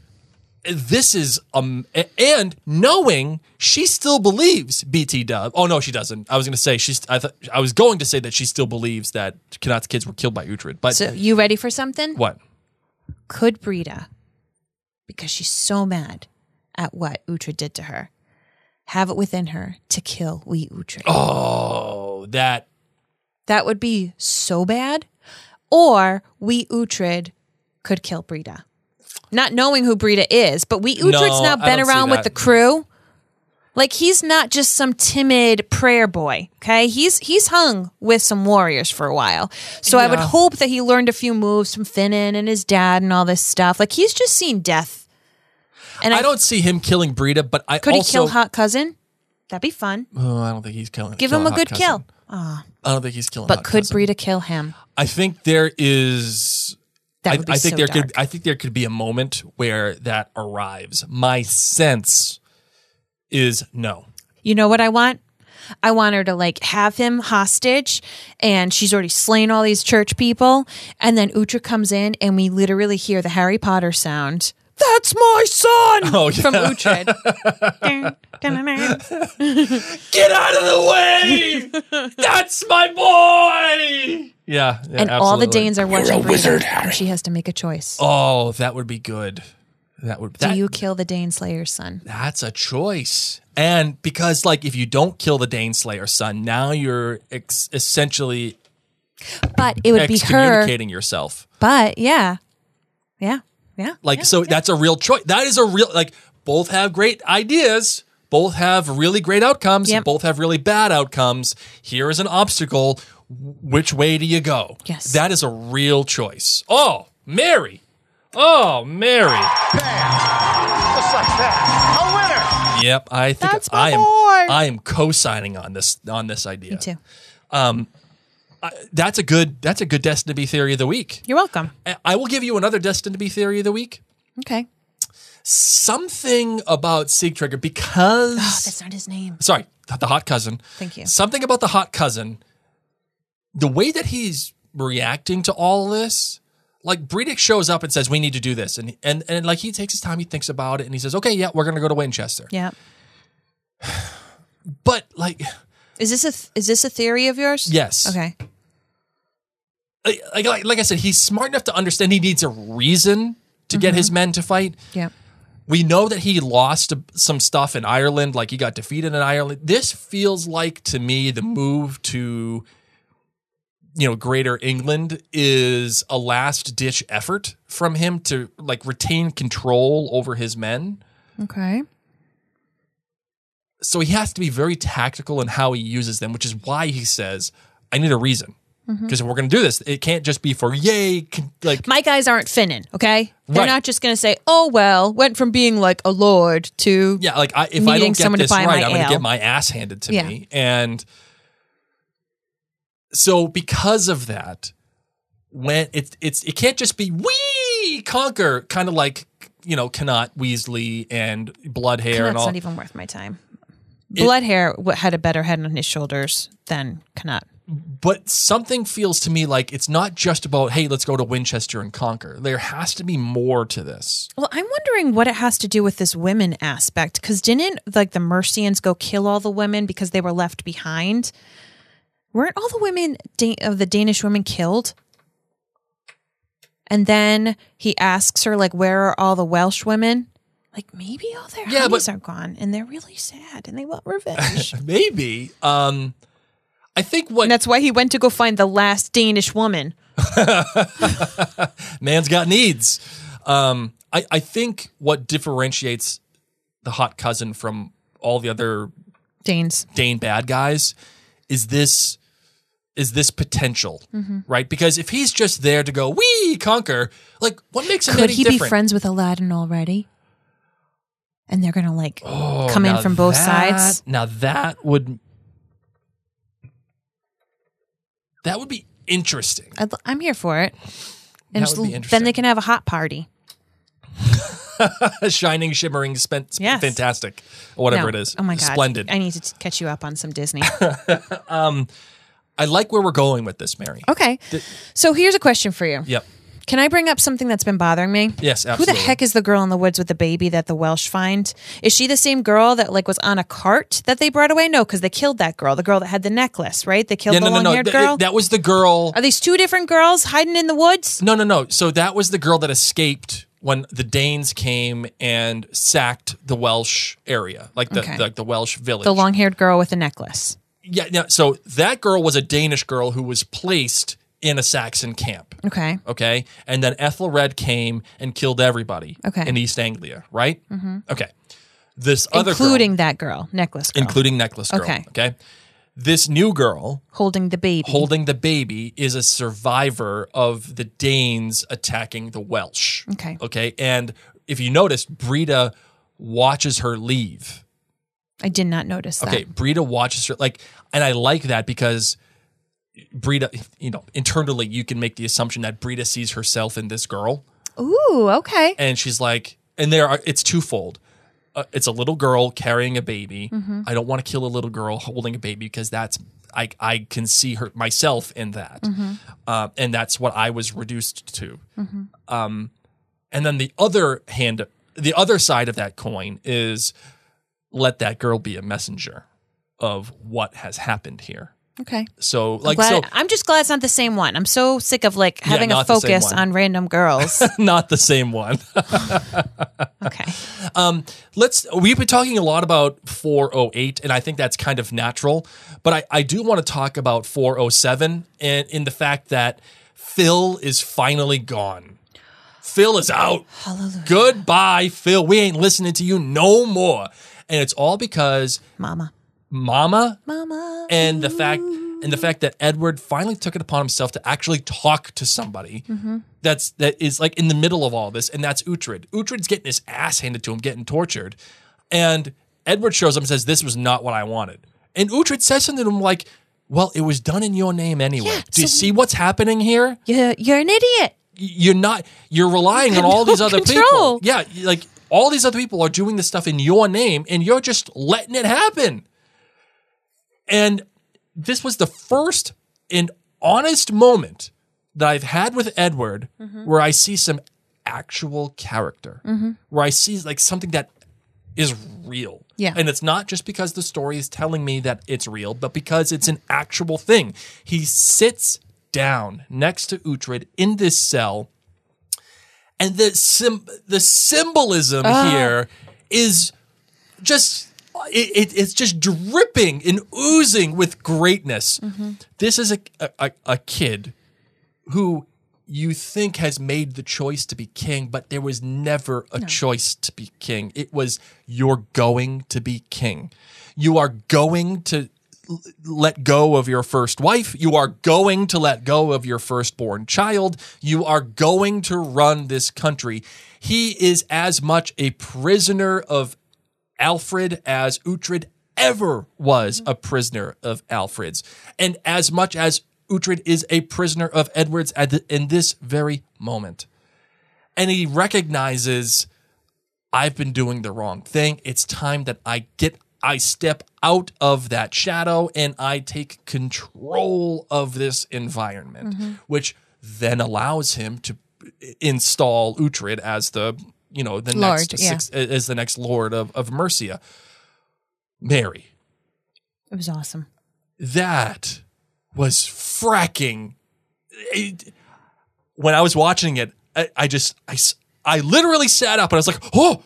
Speaker 4: This is um a- and knowing she still believes BT Dub. Oh no, she doesn't. I was gonna say she's. I thought I was going to say that she still believes that Kanat's kids were killed by Uhtred, but
Speaker 3: so you ready for something
Speaker 4: what?
Speaker 3: could brita because she's so mad at what uhtred did to her have it within her to kill wee uhtred
Speaker 4: Oh, that
Speaker 3: that would be so bad or wee uhtred could kill brita not knowing who brita is but wee uhtred's
Speaker 4: No,
Speaker 3: not
Speaker 4: I
Speaker 3: been
Speaker 4: don't see
Speaker 3: around with
Speaker 4: that.
Speaker 3: the crew Like he's not just some timid prayer boy. Okay, he's he's hung with some warriors for a while. So I would hope that he learned a few moves from Finnan and his dad and all this stuff. Like he's just seen death. And
Speaker 4: I don't see him killing Brita, but I
Speaker 3: could
Speaker 4: also
Speaker 3: he kill Hot Cousin? That'd be fun.
Speaker 4: Oh, I don't think he's killing.
Speaker 3: Give him
Speaker 4: killing
Speaker 3: a
Speaker 4: Hot
Speaker 3: good
Speaker 4: Cousin.
Speaker 3: kill.
Speaker 4: I don't think he's killing.
Speaker 3: But
Speaker 4: Hot
Speaker 3: could
Speaker 4: Cousin.
Speaker 3: Brita kill him?
Speaker 4: I think there is.
Speaker 3: That
Speaker 4: I,
Speaker 3: would be
Speaker 4: I think
Speaker 3: so
Speaker 4: there
Speaker 3: dark.
Speaker 4: could. I think there could be a moment where that arrives. My sense is no.
Speaker 3: You know what I want? I want her to like have him hostage and she's already slain all these church people. And then Uhtred comes in and we literally hear the Harry Potter sound. That's my son
Speaker 4: Oh, yeah.
Speaker 3: from Uhtred. Dun, dun, dun, dun.
Speaker 4: Get out of the way! That's my boy. Yeah, yeah,
Speaker 3: and all the
Speaker 4: absolutely.
Speaker 3: Danes are watching Brita, and she has to make a choice.
Speaker 4: Oh, that would be good. That would.
Speaker 3: Do
Speaker 4: that-
Speaker 3: you kill the Dane Slayer's son?
Speaker 4: That's a choice. And because, like, if you don't kill the Daneslayer son, now you're ex- essentially
Speaker 3: But it would be her.
Speaker 4: excommunicating yourself.
Speaker 3: But yeah. Yeah. Yeah.
Speaker 4: Like, so that's a real choice. That is a real, like, both have great ideas. Both have really great outcomes.
Speaker 3: Yep.
Speaker 4: Both have really bad outcomes. Here is an obstacle. Which way do you go?
Speaker 3: Yes.
Speaker 4: That is a real choice. Oh, Mary. Oh, Mary.
Speaker 5: Just like that. A winner.
Speaker 4: Yep. I think
Speaker 3: That's my
Speaker 4: I am,
Speaker 3: boy.
Speaker 4: I am co-signing on this, on this idea.
Speaker 3: Me too.
Speaker 4: That's a good, that's a good destiny Be theory of the week.
Speaker 3: You're welcome.
Speaker 4: I- I will give you another destiny Be theory of the week.
Speaker 3: Okay.
Speaker 4: Something about Sig Trigger because
Speaker 3: Oh, That's not his name.
Speaker 4: sorry, the hot cousin.
Speaker 3: Thank you.
Speaker 4: Something about the hot cousin, the way that he's reacting to all this, like Bredick shows up and says, "We need to do this," and and and like he takes his time, he thinks about it, and he says, "Okay, yeah, we're gonna go to Winchester."
Speaker 3: Yeah.
Speaker 4: But like,
Speaker 3: Is this a th- is this a theory of yours?
Speaker 4: yes,
Speaker 3: Okay.
Speaker 4: Like- Like, like like I said, he's smart enough to understand he needs a reason to
Speaker 3: Mm-hmm.
Speaker 4: get his men to fight.
Speaker 3: Yeah.
Speaker 4: We know that he lost some stuff in Ireland, like he got defeated in Ireland. This feels like to me the move to you know greater England is a last ditch effort from him to like retain control over his men.
Speaker 3: Okay.
Speaker 4: So he has to be very tactical in how he uses them, which is why he says, I need a reason. Because if we're going to do this, it can't just be for yay, con- like
Speaker 3: My guys aren't finning, okay? They're
Speaker 4: Right.
Speaker 3: not just going to say, "Oh well," went from being like a lord to
Speaker 4: Yeah, like I, if I
Speaker 3: needing
Speaker 4: don't get
Speaker 3: someone to
Speaker 4: this
Speaker 3: buy
Speaker 4: right,
Speaker 3: my
Speaker 4: I'm going
Speaker 3: ale.
Speaker 4: to get my ass handed to
Speaker 3: Yeah.
Speaker 4: me. And so, because of that, when it it's it can't just be we conquer, kind of like you know, Cannot Weasley and Bloodhair
Speaker 3: Oh, That's
Speaker 4: and all.
Speaker 3: not even worth my time. Bloodhair w- had a better head on his shoulders than Connaught.
Speaker 4: but something feels to me like it's not just about hey, let's go to Winchester and conquer. There has to be more to this.
Speaker 3: Well, I'm wondering what it has to do with this women aspect because didn't like the Mercians go kill all the women because they were left behind? Weren't all the women da- of the Danish women killed? And then he asks her like, "Where are all the Welsh women?" Like maybe all their
Speaker 4: Yeah,
Speaker 3: honeys
Speaker 4: but-
Speaker 3: are gone, and they're really sad, and they want revenge.
Speaker 4: Maybe. Um I think what
Speaker 3: and that's why he went to go find the last Danish woman.
Speaker 4: man's got needs. Um, I, I think what differentiates the hot cousin from all the other
Speaker 3: Danes.
Speaker 4: Dane bad guys is this is this potential,
Speaker 3: Mm-hmm.
Speaker 4: right? Because if he's just there to go, we conquer, like what makes him
Speaker 3: Could
Speaker 4: any
Speaker 3: he
Speaker 4: different?
Speaker 3: be friends with Aladdin already? And they're gonna like
Speaker 4: Oh,
Speaker 3: come in
Speaker 4: now
Speaker 3: from both
Speaker 4: that-
Speaker 3: sides.
Speaker 4: Now that would that would be interesting.
Speaker 3: I'd, l- I'm here for it. And
Speaker 4: That
Speaker 3: just
Speaker 4: would be
Speaker 3: l-
Speaker 4: interesting.
Speaker 3: then they can have a hot party.
Speaker 4: Shining, shimmering, spent,
Speaker 3: Yes.
Speaker 4: fantastic, or whatever
Speaker 3: No.
Speaker 4: it is.
Speaker 3: Oh my god,
Speaker 4: splendid.
Speaker 3: I need to t- catch you up on some Disney.
Speaker 4: I like where we're going with this, Mary.
Speaker 3: okay, so here's a question for you.
Speaker 4: Yep.
Speaker 3: Can I bring up something that's been bothering me?
Speaker 4: Yes,
Speaker 3: Who
Speaker 4: absolutely.
Speaker 3: the heck is the girl in the woods with the baby that the Welsh find? Is she the same girl that like was on a cart that they brought away? No, because they killed that girl, the girl that had the necklace, right? They killed
Speaker 4: Yeah,
Speaker 3: the
Speaker 4: no, no, no.
Speaker 3: long-haired
Speaker 4: Th-
Speaker 3: girl.
Speaker 4: That was the girl.
Speaker 3: Are these two different girls hiding in the woods?
Speaker 4: No, no, no. So that was the girl that escaped when the Danes came and sacked the Welsh area, like the
Speaker 3: Okay.
Speaker 4: like the Welsh village.
Speaker 3: The long-haired girl with the necklace.
Speaker 4: yeah, yeah. So that girl was a Danish girl who was placed in a Saxon camp.
Speaker 3: Okay.
Speaker 4: Okay. And then Ethelred came and killed everybody
Speaker 3: Okay.
Speaker 4: in East Anglia, right? Mm-hmm. Okay. This other girl-
Speaker 3: including that girl, necklace girl,
Speaker 4: including Necklace Girl.
Speaker 3: Okay.
Speaker 4: Okay. This new girl
Speaker 3: holding the baby.
Speaker 4: holding the baby is a survivor of the Danes attacking the Welsh.
Speaker 3: Okay.
Speaker 4: Okay. And if you notice, Brita watches her leave.
Speaker 3: I did not notice that.
Speaker 4: Okay. Brita watches her, like, and I like that because Brita, you know, internally, you can make the assumption that Brita sees herself in this girl.
Speaker 3: Ooh, okay.
Speaker 4: And she's like, and there are, it's twofold. Uh, it's a little girl carrying a baby.
Speaker 3: Mm-hmm.
Speaker 4: I don't want to kill a little girl holding a baby because that's, I, I can see her myself in that.
Speaker 3: Mm-hmm.
Speaker 4: Uh, and that's what I was reduced to. Um,
Speaker 3: Mm-hmm.
Speaker 4: and then the other hand, the other side of that coin is let that girl be a messenger of what has happened here.
Speaker 3: Okay.
Speaker 4: So, like,
Speaker 3: Glad-
Speaker 4: so
Speaker 3: I'm just glad it's not the same one. I'm so sick of like having a
Speaker 4: not the same
Speaker 3: focus
Speaker 4: one.
Speaker 3: on random girls.
Speaker 4: not the same one.
Speaker 3: okay.
Speaker 4: let's we've been talking a lot about 408 and i think that's kind of natural but i, I do want to talk about 407 and in the fact that phil is finally gone phil is out Hallelujah. goodbye phil we ain't listening to you no more and it's all because
Speaker 3: Mama.
Speaker 4: mama
Speaker 3: Mama.
Speaker 4: and the fact and the fact that Edward finally took it upon himself to actually talk to somebody
Speaker 3: Mm-hmm.
Speaker 4: that's that is like in the middle of all this, and that's Uhtred. Uhtred's getting his ass handed to him, getting tortured, and Edward shows up and says, "This was not what I wanted." And Uhtred says something to him like, "Well, it was done in your name anyway.
Speaker 3: Yeah,
Speaker 4: Do you
Speaker 3: so-
Speaker 4: see what's happening here?
Speaker 3: You're, you're an idiot.
Speaker 4: you're not you're relying on
Speaker 3: no
Speaker 4: all these other
Speaker 3: control.
Speaker 4: people. Yeah, you- like all these other people are doing this stuff in your name and you're just letting it happen. And this was the first and honest moment that I've had with Edward
Speaker 3: Mm-hmm.
Speaker 4: where I see some actual character. Where I see like something that is real.
Speaker 3: Yeah.
Speaker 4: And it's not just because the story is telling me that it's real, but because it's an actual thing. He sits down next to Uhtred in this cell, and the sym- the symbolism here is just it, it, it's just dripping and oozing with greatness. This is a, a a- a kid who you think has made the choice to be king, but there was never a choice to be king. It was you're going to be king. You are going to l- let go of your first wife. You are going to let go of your firstborn child. You are going to run this country. He is as much a prisoner of Alfred as Uhtred ever was a prisoner of Alfred's. And as much as Uhtred is a prisoner of Edward's at the, in this very moment. And he recognizes I've been doing the wrong thing. It's time that I get I step out of that shadow and I take control of this environment,
Speaker 3: Mm-hmm.
Speaker 4: which then allows him to install Uhtred as the you know the
Speaker 3: Lord,
Speaker 4: next
Speaker 3: yeah.
Speaker 4: six, as the next lord of, of Mercia. Mary,
Speaker 3: It was awesome.
Speaker 4: that was fracking. It- when I was watching it, I, I just I, s- I literally sat up and I was like, oh,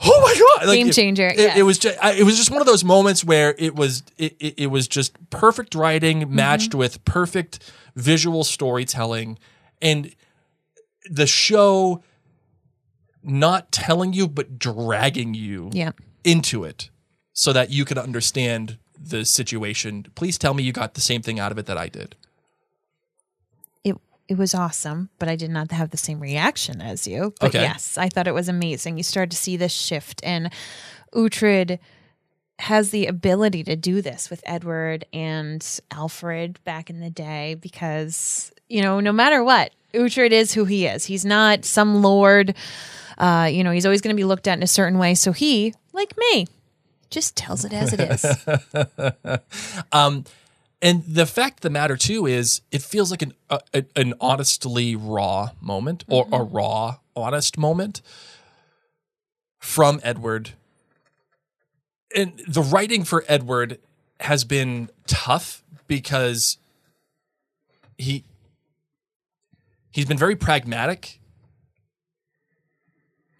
Speaker 4: oh my god, Like,
Speaker 3: Game
Speaker 4: it-
Speaker 3: changer,
Speaker 4: It,
Speaker 3: yeah.
Speaker 4: it was just it was just one of those moments where it was it, it, it was just perfect
Speaker 3: Mm-hmm.
Speaker 4: writing matched with perfect visual storytelling, and the show not telling you but dragging you
Speaker 3: Yeah.
Speaker 4: into it so that you can understand the situation. Please tell me you got the same thing out of it that I did.
Speaker 3: It it was awesome, but I did not have the same reaction as you. But
Speaker 4: Okay.
Speaker 3: yes, I thought it was amazing. You started to see this shift and Uhtred has the ability to do this with Edward and Alfred back in the day because, you know, no matter what, Uhtred is who he is. He's not some lord. Uh, you know, he's always going to be looked at in a certain way. So he, like me, just tells it as it is.
Speaker 4: And the fact of the matter too is it feels like an a, a- an honestly raw moment or a
Speaker 3: Mm-hmm.
Speaker 4: raw honest moment from Edward. And the writing for Edward has been tough because he he's been very pragmatic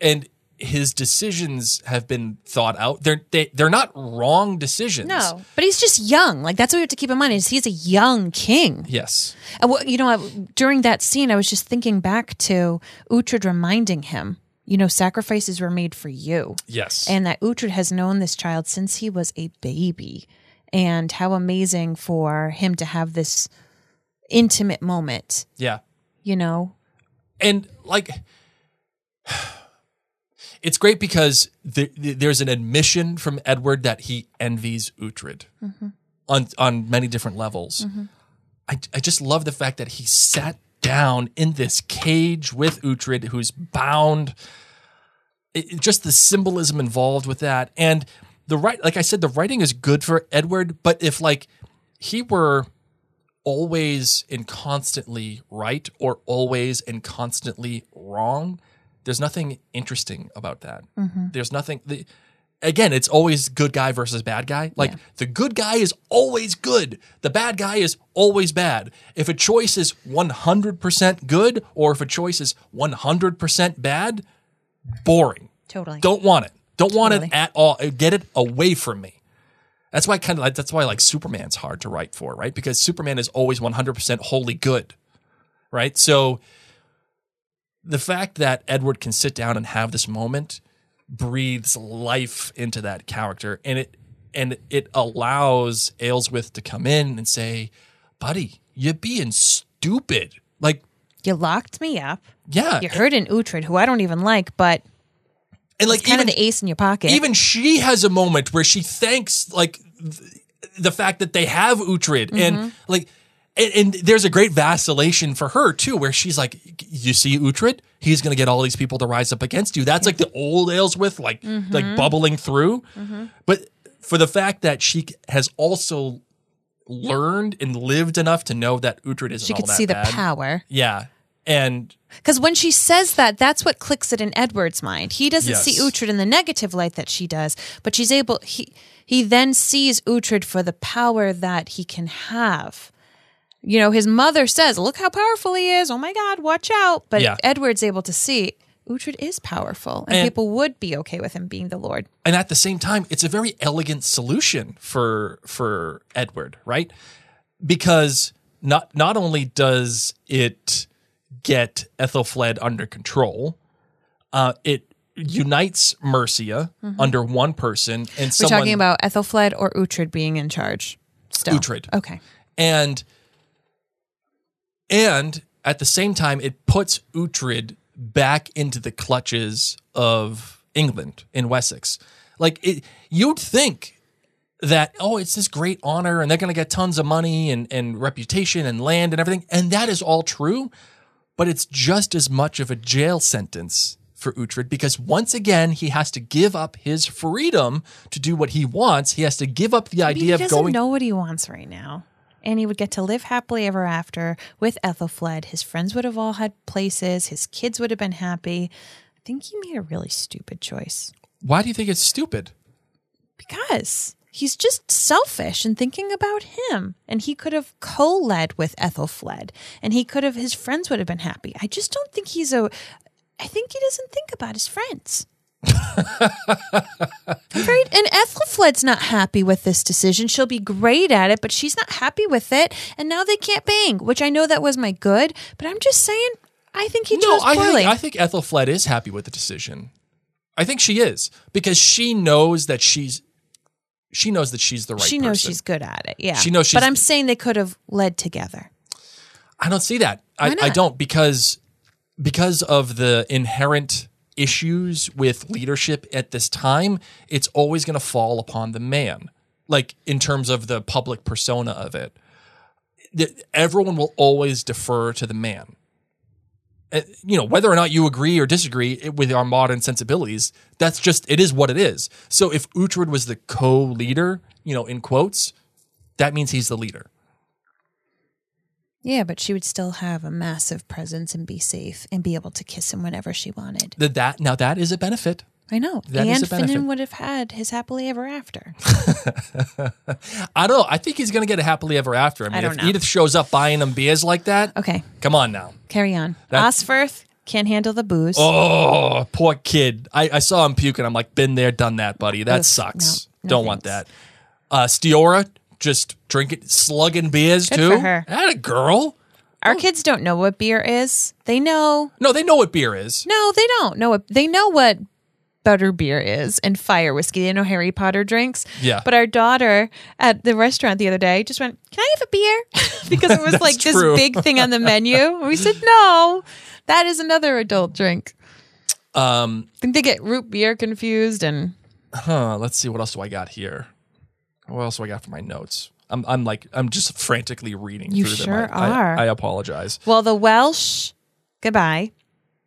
Speaker 4: and his decisions have been thought out. They're they, they're not wrong decisions.
Speaker 3: No, but he's just young. Like that's what we have to keep in mind is he's a young king.
Speaker 4: Yes.
Speaker 3: And what- Uh, you know, I, during that scene, I was just thinking back to Uhtred reminding him, you know, sacrifices were made for you,
Speaker 4: Yes.
Speaker 3: and that Uhtred has known this child since he was a baby, and how amazing for him to have this intimate moment.
Speaker 4: yeah.
Speaker 3: You know,
Speaker 4: and like it's great because the, the- there's an admission from Edward that he envies Uhtred on on many different levels. I I just love the fact that he sat down in this cage with Uhtred, who's bound. It- it- just the symbolism involved with that, and the right, like I said, the writing is good for Edward, but if like he were always and constantly right or always and constantly wrong, there's nothing interesting about that. There's nothing. The, again, it's always good guy versus bad guy. Like the good guy is always good, the bad guy is always bad. If a choice is 100% good or if a choice is 100% bad, boring.
Speaker 3: totally.
Speaker 4: Don't want it. Don't want it
Speaker 3: Totally.
Speaker 4: at all. Uh, Get it away from me. That's why kind of like that's why like Superman's hard to write for, right? Because Superman is always 100% wholly good. Right? So the fact that Edward can sit down and have this moment breathes life into that character and it and it allows Aylesworth to come in and say, "Buddy, you're being stupid." Like,
Speaker 3: you locked me up.
Speaker 4: yeah.
Speaker 3: You heard an Uhtred who I don't even like, but
Speaker 4: and like
Speaker 3: it's kind
Speaker 4: even-
Speaker 3: of the ace in your pocket.
Speaker 4: Even she has a moment where she thanks like th- the fact that they have Uhtred
Speaker 3: Mm-hmm.
Speaker 4: and like and, and there's a great vacillation for her too where she's like you see Uhtred he's going to get all these people to rise up against you that's like the
Speaker 3: Mm-hmm.
Speaker 4: old Ayleswith like like bubbling through but for the fact that she c- has also learned and lived enough to know that Uhtred isn't
Speaker 3: she
Speaker 4: all
Speaker 3: could
Speaker 4: that
Speaker 3: see the
Speaker 4: bad.
Speaker 3: power.
Speaker 4: yeah and
Speaker 3: Because when she says that, that's what clicks it in Edward's mind. He doesn't
Speaker 4: Yes.
Speaker 3: see Uhtred in the negative light that she does, but she's able. He he then sees Uhtred for the power that he can have. You know, his mother says, "Look how powerful he is! Oh my God, watch out!" But
Speaker 4: Yeah.
Speaker 3: Edward's able to see Uhtred is powerful, and,
Speaker 4: And-
Speaker 3: people would be okay with him being the Lord.
Speaker 4: and at the same time it's a very elegant solution for for edward right because not not only does it get Ethelfled under control. Uh, it unites Mercia under one person, and
Speaker 3: Mm-hmm. We're
Speaker 4: someone
Speaker 3: talking about Ethelfled or Uhtred being in charge. Still.
Speaker 4: Uhtred.
Speaker 3: Okay.
Speaker 4: and and at the same time it puts Uhtred back into the clutches of England in Wessex. Like it you'd think that oh it's this great honor and they're going to get tons of money and and reputation and land and everything and that is all true but it's just as much of a jail sentence for Uhtred because once again he has to give up his freedom to do what he wants. He has to give up the
Speaker 3: He
Speaker 4: idea of
Speaker 3: doesn't
Speaker 4: going
Speaker 3: know what he wants right now. And he would get to live happily ever after with Ethelfled. His friends would have all had places. His kids would have been happy. I think he made a really stupid choice
Speaker 4: Why do you think it's stupid?
Speaker 3: because he's just selfish and thinking about him. And he could have co-led with Ethelfled, and he could have his friends would have been happy. I just don't think he's a. I think he doesn't think about his friends. I'm very, and Ethelfled's not happy with this decision. She'll be great at it, but she's not happy with it. And now they can't bang, which I know that was my good, but I'm just saying, I think he
Speaker 4: No,
Speaker 3: chose
Speaker 4: I
Speaker 3: poorly.
Speaker 4: think, I think Ethelfled is happy with the decision. I think she is because she knows that she's she knows that she's the right.
Speaker 3: she knows
Speaker 4: person.
Speaker 3: she's good at it. Yeah.
Speaker 4: She knows
Speaker 3: But
Speaker 4: she's-
Speaker 3: I'm saying they could have led together.
Speaker 4: I don't see that. I,
Speaker 3: Why
Speaker 4: I
Speaker 3: not?
Speaker 4: don't because because of the inherent issues with leadership at this time, it's always going to fall upon the man. Like in terms of the public persona of it, The- everyone will always defer to the man. Uh, You know, whether or not you agree or disagree it- with our modern sensibilities, that's just it is what it is. So if Uhtred was the co-leader, you know, in quotes, that means he's the leader.
Speaker 3: Yeah, but she would still have a massive presence and be safe and be able to kiss him whenever she wanted.
Speaker 4: That that now that is a benefit.
Speaker 3: I know.
Speaker 4: That is
Speaker 3: and
Speaker 4: a benefit.
Speaker 3: Finnan would have had his happily ever after.
Speaker 4: I don't know. I think he's going to get a happily ever after. I mean,
Speaker 3: don't
Speaker 4: if
Speaker 3: know.
Speaker 4: Edith shows up buying him beers like that,
Speaker 3: Okay,
Speaker 4: come on now.
Speaker 3: carry on.
Speaker 4: That's-
Speaker 3: Osferth can't handle the booze.
Speaker 4: Oh, poor kid. I, I saw him puke and I'm like, been there, done that, buddy. That
Speaker 3: Oof,
Speaker 4: sucks.
Speaker 3: no, no
Speaker 4: don't want that.
Speaker 3: thanks.
Speaker 4: Uh, Steora, just drinking, slugging beers
Speaker 3: Good
Speaker 4: too.
Speaker 3: for her.
Speaker 4: That a girl. Oh.
Speaker 3: Our kids don't know what beer is. They know.
Speaker 4: No, they know what beer is.
Speaker 3: No, they don't know what. They know what butter beer is and fire whiskey. They know Harry Potter drinks.
Speaker 4: Yeah.
Speaker 3: But our daughter at the restaurant the other day just went, Can I have a beer? because it was like
Speaker 4: true.
Speaker 3: this big thing on the menu. And we said, No, that is another adult drink.
Speaker 4: Um,
Speaker 3: I think they get root beer confused and
Speaker 4: huh, let's see. What else do I got here? What else do I got for my notes? I'm, I'm like, I'm just frantically reading
Speaker 3: You
Speaker 4: through them.
Speaker 3: sure
Speaker 4: I- I-
Speaker 3: are.
Speaker 4: I apologize.
Speaker 3: well the Welsh goodbye.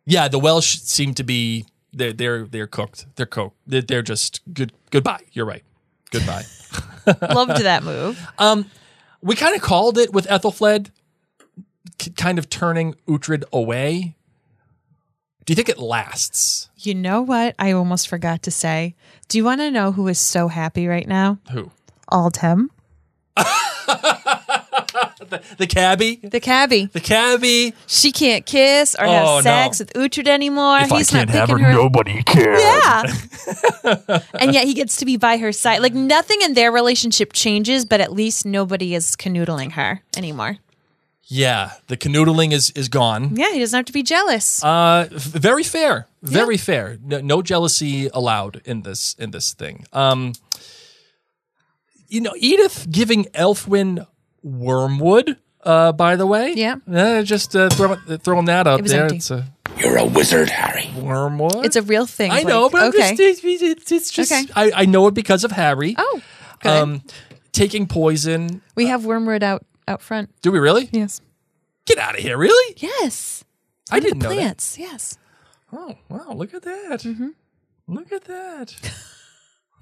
Speaker 4: yeah, the Welsh seem to be they're they're they're cooked. They're cooked. They're, they're just good. Goodbye. You're right. Goodbye.
Speaker 3: Loved that move.
Speaker 4: we kind of called it with Ethelfled, k- kind of turning Uhtred away. Do you think it lasts?
Speaker 3: You know what I almost forgot to say? Do you want to know who is so happy right now?
Speaker 4: Who
Speaker 3: Aldhem.
Speaker 4: the cabbie?
Speaker 3: The cabbie.
Speaker 4: The cabbie.
Speaker 3: She can't kiss or
Speaker 4: Oh,
Speaker 3: have
Speaker 4: no.
Speaker 3: sex with Uhtred anymore.
Speaker 4: If I can't have
Speaker 3: picking
Speaker 4: her,
Speaker 5: Nobody cares.
Speaker 3: Yeah. and yet he gets to be by her side. Like nothing in their relationship changes, but at least nobody is canoodling her anymore.
Speaker 4: Yeah, the canoodling is is gone.
Speaker 3: Yeah, he doesn't have to be jealous.
Speaker 4: Uh, f- very fair. Very fair. No, no jealousy allowed in this in this thing. Um, you know, Edith giving Elfwin wormwood. Uh, by the way,
Speaker 3: Yeah.
Speaker 4: Uh, just uh, throw, throwing that out
Speaker 3: was
Speaker 4: there.
Speaker 3: empty.
Speaker 4: It's a
Speaker 7: You're a wizard, Harry.
Speaker 4: wormwood.
Speaker 3: it's a real thing.
Speaker 4: I know,
Speaker 3: Blake.
Speaker 4: but
Speaker 3: okay.
Speaker 4: I'm just, it's, it's- it's just
Speaker 3: Okay.
Speaker 4: I, I know it because of Harry.
Speaker 3: Oh, good.
Speaker 4: um, taking poison.
Speaker 3: we have wormwood out out front.
Speaker 4: Do we really
Speaker 3: Yes.
Speaker 4: get out of here? Really?
Speaker 3: Yes.
Speaker 4: I didn't know that.
Speaker 3: Plants. Yes.
Speaker 4: Oh wow! Look at that!
Speaker 3: Mm-hmm.
Speaker 4: Look at that!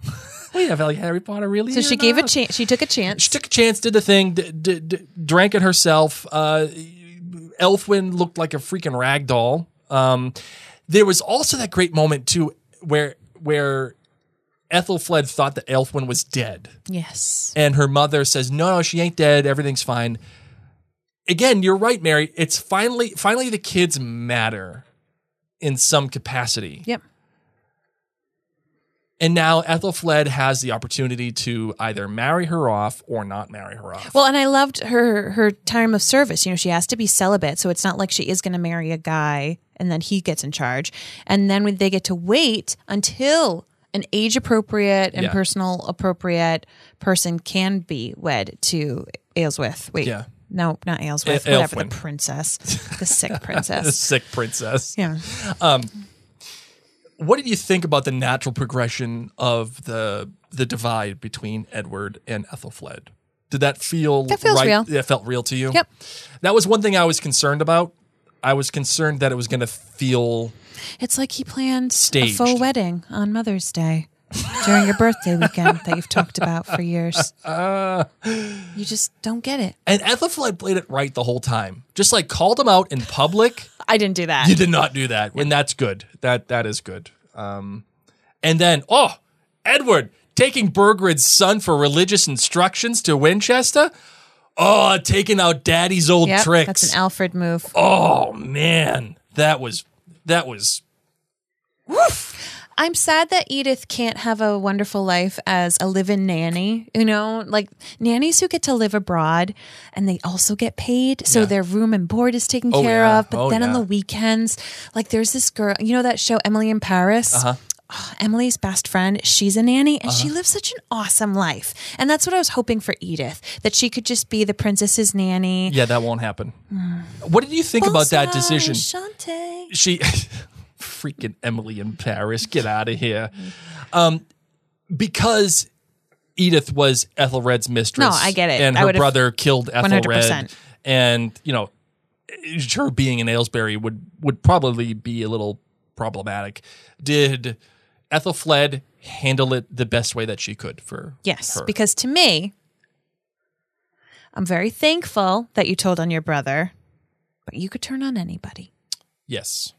Speaker 4: we have like Harry Potter really.
Speaker 3: So
Speaker 4: here
Speaker 3: she gave a
Speaker 4: now.
Speaker 3: chance. She took a chance.
Speaker 4: She took a chance, did the thing, d- d- d- drank it herself. Uh, Elfwin looked like a freaking rag doll. Um, there was also that great moment too, where where Ethelfled thought that Elfwin was dead,
Speaker 3: Yes.
Speaker 4: and her mother says, "No, no, she ain't dead. Everything's fine." Again, you're right, Mary. It's finally finally the kids matter in some capacity
Speaker 3: Yep.
Speaker 4: And now Ethelfled has the opportunity to either marry her off or not marry her off.
Speaker 3: Well, and I loved her her time of service. You know, she has to be celibate, so it's not like she is going to marry a guy and then he gets in charge. And then when they get to wait until an age appropriate and
Speaker 4: Yeah.
Speaker 3: personal appropriate person can be wed to Ailswith. Wait,
Speaker 4: Yeah.
Speaker 3: no, not Ailswith.
Speaker 4: A-
Speaker 3: whatever the
Speaker 4: Aelfwin.
Speaker 3: princess, the sick
Speaker 4: the
Speaker 3: princess.
Speaker 4: sick princess.
Speaker 3: yeah.
Speaker 4: What did you think about the natural progression of the the divide between Edward and Ethelfled? Did that feel
Speaker 3: That feels
Speaker 4: right?
Speaker 3: real.
Speaker 4: That felt real to you?
Speaker 3: Yep.
Speaker 4: That was one thing I was concerned about. I was concerned that it was going to feel
Speaker 3: It's like he planned
Speaker 4: Staged.
Speaker 3: a faux wedding on Mother's Day during your birthday weekend that you've talked about for years. you just don't get it.
Speaker 4: and Ethelfled played it right the whole time. Just like called him out in public.
Speaker 3: I didn't do that.
Speaker 4: You did not do that, and that's good. That that is good. Um, and then oh, Edward taking Burgred's son for religious instructions to Winchester. Oh, taking out Daddy's old
Speaker 3: Yep,
Speaker 4: tricks.
Speaker 3: That's an Alfred move.
Speaker 4: oh man, that was that was
Speaker 3: I'm sad that Edith can't have a wonderful life as a live-in nanny. You know, like nannies who get to live abroad and they also get paid, so
Speaker 4: Yeah.
Speaker 3: their room and board is taken
Speaker 4: Oh,
Speaker 3: care
Speaker 4: yeah.
Speaker 3: of. But
Speaker 4: Oh,
Speaker 3: then on
Speaker 4: yeah.
Speaker 3: the weekends, like there's this girl. You know that show Emily in Paris. Uh-huh. Emily's best friend, she's a nanny and
Speaker 4: Uh-huh.
Speaker 3: she lives such an awesome life. And that's what I was hoping for Edith, that she could just be the princess's nanny.
Speaker 4: yeah. That won't happen. What did you think about that
Speaker 3: Bullseye,
Speaker 4: decision?
Speaker 3: Shante.
Speaker 4: she freaking Emily in Paris, get out of here. Um, because Edith was Ethelred's mistress.
Speaker 3: No, I get it.
Speaker 4: And
Speaker 3: I
Speaker 4: her
Speaker 3: would've-
Speaker 4: brother killed Ethelred.
Speaker 3: 100%.
Speaker 4: And, you know, her being in Aylesbury would would probably be a little problematic. Did Ethelfled handle it the best way that she could for
Speaker 3: Yes,
Speaker 4: her?
Speaker 3: because to me, I'm very thankful that you told on your brother, but you could turn on anybody.
Speaker 4: Yes.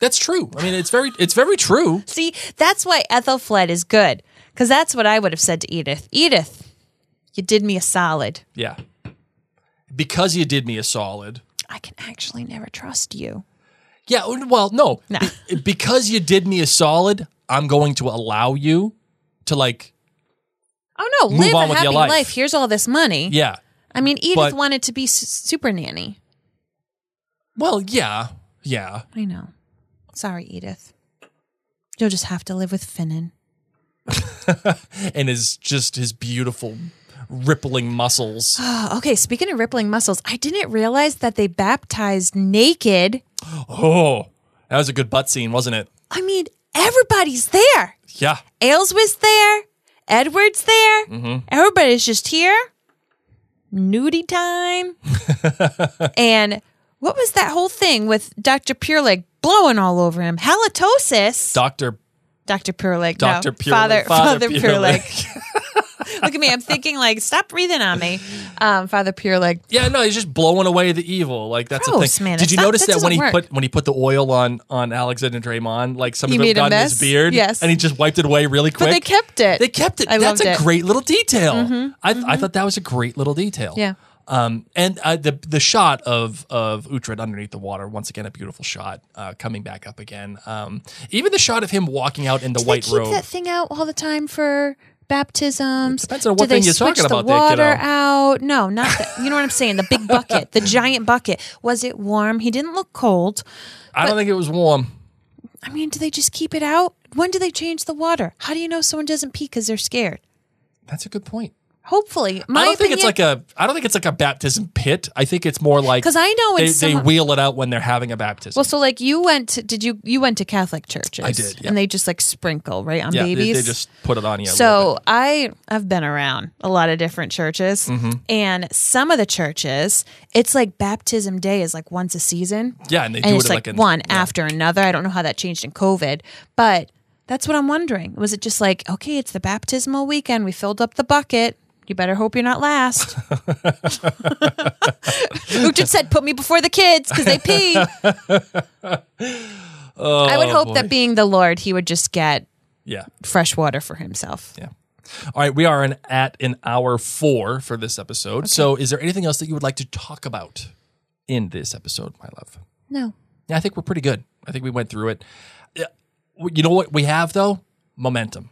Speaker 4: That's true. I mean, it's very it's very true.
Speaker 3: See, that's why Ethelfled is good, because that's what I would have said to Edith. Edith, you did me a solid.
Speaker 4: Yeah. Because you did me a solid.
Speaker 3: I can actually never trust you.
Speaker 4: Yeah, well, no.
Speaker 3: No.
Speaker 4: Be- because you did me a solid, I'm going to allow you to like
Speaker 3: Oh no,
Speaker 4: Move
Speaker 3: live
Speaker 4: on
Speaker 3: a
Speaker 4: with
Speaker 3: happy
Speaker 4: your
Speaker 3: life.
Speaker 4: life.
Speaker 3: Here's all this money.
Speaker 4: yeah.
Speaker 3: I mean, Edith
Speaker 4: But-
Speaker 3: wanted to be s- super nanny.
Speaker 4: Well, yeah. Yeah.
Speaker 3: I know. Sorry, Edith. You'll just have to live with Finnan.
Speaker 4: And his just his beautiful rippling muscles.
Speaker 3: Oh, okay, speaking of rippling muscles, I didn't realize that they baptized naked.
Speaker 4: Oh. That was a good butt scene, wasn't it?
Speaker 3: I mean, everybody's there.
Speaker 4: Yeah.
Speaker 3: Aylesworth's there. Edward's there. Everybody's just here. Nudie time. and what was that whole thing with Dr. Purelig blowing all over him? Halitosis.
Speaker 4: Dr.
Speaker 3: Dr. Purelig.
Speaker 4: Dr.
Speaker 3: No,
Speaker 4: Purelig.
Speaker 3: Father, Father,
Speaker 4: Father
Speaker 3: Purelig. Look at me. I'm thinking like, stop breathing on me. Um, Father Purelig.
Speaker 4: Yeah, no, he's just blowing away the evil. Like that's
Speaker 3: Gross,
Speaker 4: the thing.
Speaker 3: man.
Speaker 4: Did you
Speaker 3: That-
Speaker 4: notice
Speaker 3: that
Speaker 4: that, when
Speaker 3: doesn't
Speaker 4: he
Speaker 3: work.
Speaker 4: put when he put the oil on on Alexander Draymond, like some
Speaker 3: He
Speaker 4: of it
Speaker 3: made a
Speaker 4: got in
Speaker 3: mess?
Speaker 4: his beard?
Speaker 3: Yes.
Speaker 4: And he just wiped it away really quick.
Speaker 3: But they kept it.
Speaker 4: They kept it.
Speaker 3: I
Speaker 4: That's
Speaker 3: loved
Speaker 4: a
Speaker 3: it. Mm-hmm.
Speaker 4: great little detail. I, I thought that was a great little detail.
Speaker 3: Yeah.
Speaker 4: Um, and uh, the the shot of of Uhtred underneath the water once again a beautiful shot uh, coming back up again. Um, even the shot of him walking out in the
Speaker 3: Do
Speaker 4: white
Speaker 3: they keep
Speaker 4: robe.
Speaker 3: that thing out all the time for baptisms?
Speaker 4: It depends on what
Speaker 3: Do they
Speaker 4: thing you're
Speaker 3: switch
Speaker 4: talking
Speaker 3: the
Speaker 4: about there,
Speaker 3: water
Speaker 4: kiddo.
Speaker 3: out? No, not that. You know what I'm saying? The big bucket, the giant bucket. Was it warm? He didn't look cold.
Speaker 4: I don't think it was warm.
Speaker 3: I mean, do they just keep it out? When do they change the water? How do you know someone doesn't pee because they're scared?
Speaker 4: That's a good point.
Speaker 3: Hopefully, my
Speaker 4: I don't think it's
Speaker 3: opinion-
Speaker 4: like a. I don't think it's like a baptism pit. I think it's more like
Speaker 3: 'Cause I know when
Speaker 4: they, they
Speaker 3: someone-
Speaker 4: wheel it out when they're having a baptism.
Speaker 3: Well, so like you went to, did you you went to Catholic churches?
Speaker 4: I did, yeah.
Speaker 3: And they just like sprinkle right on
Speaker 4: yeah, they-
Speaker 3: babies.
Speaker 4: They, just put it on you. a little
Speaker 3: So
Speaker 4: bit.
Speaker 3: I I've been around a lot of different churches,
Speaker 4: Mm-hmm.
Speaker 3: and some of the churches, it's like baptism day is like once a season.
Speaker 4: Yeah, and they
Speaker 3: and
Speaker 4: do
Speaker 3: it's
Speaker 4: it at,
Speaker 3: like,
Speaker 4: like, an-
Speaker 3: one
Speaker 4: yeah.
Speaker 3: after another. I don't know how that changed in COVID, but that's what I'm wondering. Was it just like okay, it's the baptismal weekend, we filled up the bucket. You better hope you're not last. Uhtred said, "Put me before the kids because they pee." I
Speaker 4: Oh,
Speaker 3: would hope that being the Lord, he would just get
Speaker 4: yeah.
Speaker 3: fresh water for himself.
Speaker 4: Yeah. All right, we are in, at an hour four for this episode. So, is there anything else that you would like to talk about in this episode, my love?
Speaker 3: No.
Speaker 4: Yeah, I think we're pretty good. I think we went through it. Yeah, You know what we have though? momentum.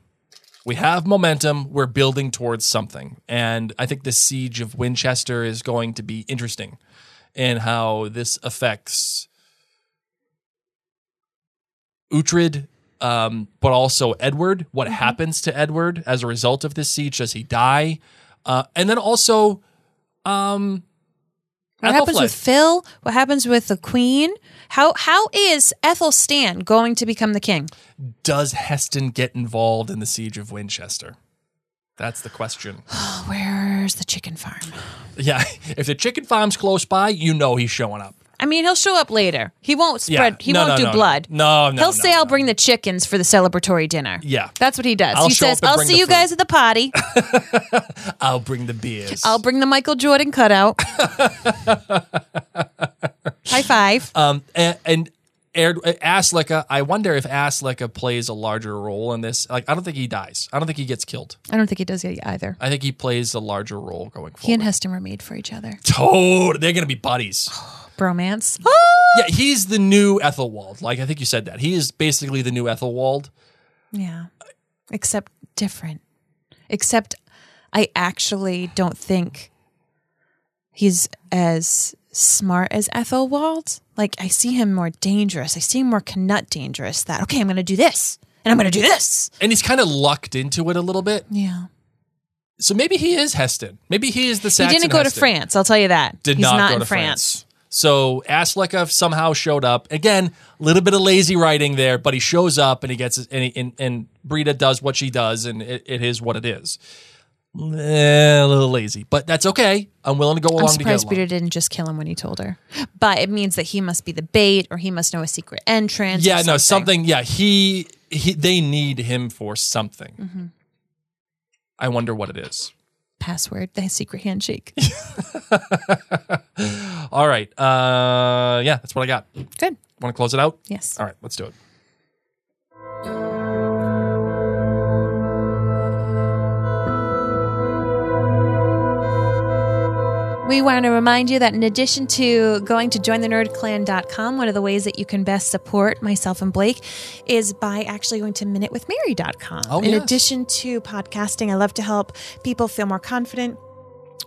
Speaker 4: We have momentum. We're building towards something. And I think the siege of Winchester is going to be interesting in how this affects Uhtred, um, but also Edward. What happens to Edward as a result of this siege? Does he die? Uh, and then also, um,
Speaker 3: What happens
Speaker 4: Ethelflaed.
Speaker 3: with Phil? What happens with the Queen? How how is Ethelstan going to become the king?
Speaker 4: does Heston get involved in the siege of Winchester? That's the question.
Speaker 3: Where's the chicken farm?
Speaker 4: Yeah, if the chicken farm's close by, you know he's showing up.
Speaker 3: I mean, he'll show up later. He won't
Speaker 4: Yeah.
Speaker 3: spread. He
Speaker 4: No,
Speaker 3: won't
Speaker 4: no,
Speaker 3: do
Speaker 4: no,
Speaker 3: blood.
Speaker 4: no. No, no,
Speaker 3: He'll say,
Speaker 4: no,
Speaker 3: "I'll
Speaker 4: no.
Speaker 3: bring the chickens for the celebratory dinner."
Speaker 4: Yeah.
Speaker 3: that's what he does.
Speaker 4: I'll
Speaker 3: he
Speaker 4: show
Speaker 3: says,
Speaker 4: up and
Speaker 3: "I'll
Speaker 4: bring
Speaker 3: see
Speaker 4: the
Speaker 3: you
Speaker 4: food."
Speaker 3: guys at the party.
Speaker 4: I'll bring the beers.
Speaker 3: I'll bring the Michael Jordan cutout." High five.
Speaker 4: um, and, and Erd- Aslica, I wonder if Aslica plays a larger role in this. Like, I don't think he dies. I don't think he gets killed.
Speaker 3: I don't think he does yet either.
Speaker 4: I think he plays a larger role going
Speaker 3: He
Speaker 4: forward.
Speaker 3: and Heston were made for each other.
Speaker 4: Toad, they're gonna be buddies.
Speaker 3: Bromance.
Speaker 4: yeah, he's the new Ethelwald. Like I think you said that. He is basically the new Ethelwald.
Speaker 3: Yeah. Except different. Except I actually don't think he's as smart as Ethelwald. Like I see him more dangerous. I see him more Canut dangerous that okay, I'm gonna do this and I'm gonna do this.
Speaker 4: And he's kind of lucked into it a little bit.
Speaker 3: Yeah.
Speaker 4: So maybe he is Heston. Maybe he is the Saxon
Speaker 3: he didn't go to
Speaker 4: Heston.
Speaker 3: France, I'll tell you that.
Speaker 4: Did
Speaker 3: he's
Speaker 4: not, go
Speaker 3: in
Speaker 4: to France. So Asleka somehow showed up. Again, a little bit of lazy writing there, but he shows up and he gets his, and, he, and and Brita does what she does, and it, it is what it is. Eh, A little lazy, but that's okay. I'm willing to go
Speaker 3: I'm
Speaker 4: along to get
Speaker 3: surprised
Speaker 4: along.
Speaker 3: Peter didn't just kill him when he told her. But it means that he must be the bait or he must know a secret entrance. or
Speaker 4: yeah, no, something. Yeah, he, he they need him for something.
Speaker 3: Mm-hmm.
Speaker 4: I wonder what it is.
Speaker 3: Password, the secret handshake.
Speaker 4: All right. Uh, yeah, that's what I got.
Speaker 3: Good.
Speaker 4: Want to close it out?
Speaker 3: Yes.
Speaker 4: All right, let's do it.
Speaker 3: We want to remind you that in addition to going to jointhenerdclan.com, one of the ways that you can best support myself and Blake is by actually going to minutewithmary.com.
Speaker 4: Oh,
Speaker 3: in
Speaker 4: yes.
Speaker 3: addition to podcasting, I love to help people feel more confident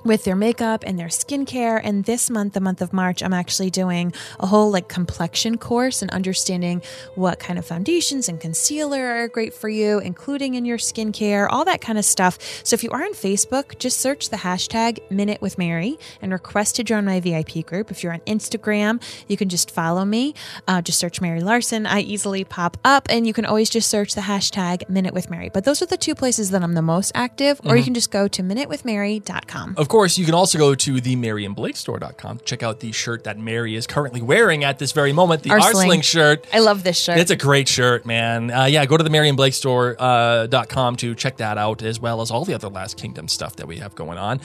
Speaker 3: with their makeup and their skincare. And this month, the month of March, I'm actually doing a whole like complexion course and understanding what kind of foundations and concealer are great for you, including in your skincare, all that kind of stuff. So if you are on Facebook, just search the hashtag Minute with Mary and request to join my VIP group. If you're on Instagram, you can just follow me. Uh, just search Mary Larson. I easily pop up, and you can always just search the hashtag Minute with Mary. But those are the two places that I'm the most active, or you can just go to minutewithmary.com.
Speaker 4: Of course, you can also go to the Mary and Blake store.com. Check out the shirt that Mary is currently wearing at this very moment, the
Speaker 3: Arsling.
Speaker 4: Arsling shirt.
Speaker 3: I love this shirt.
Speaker 4: It's a great shirt, man. Uh, yeah, go to the Mary and Blake store uh, dot com to check that out, as well as all the other Last Kingdom stuff that we have going on.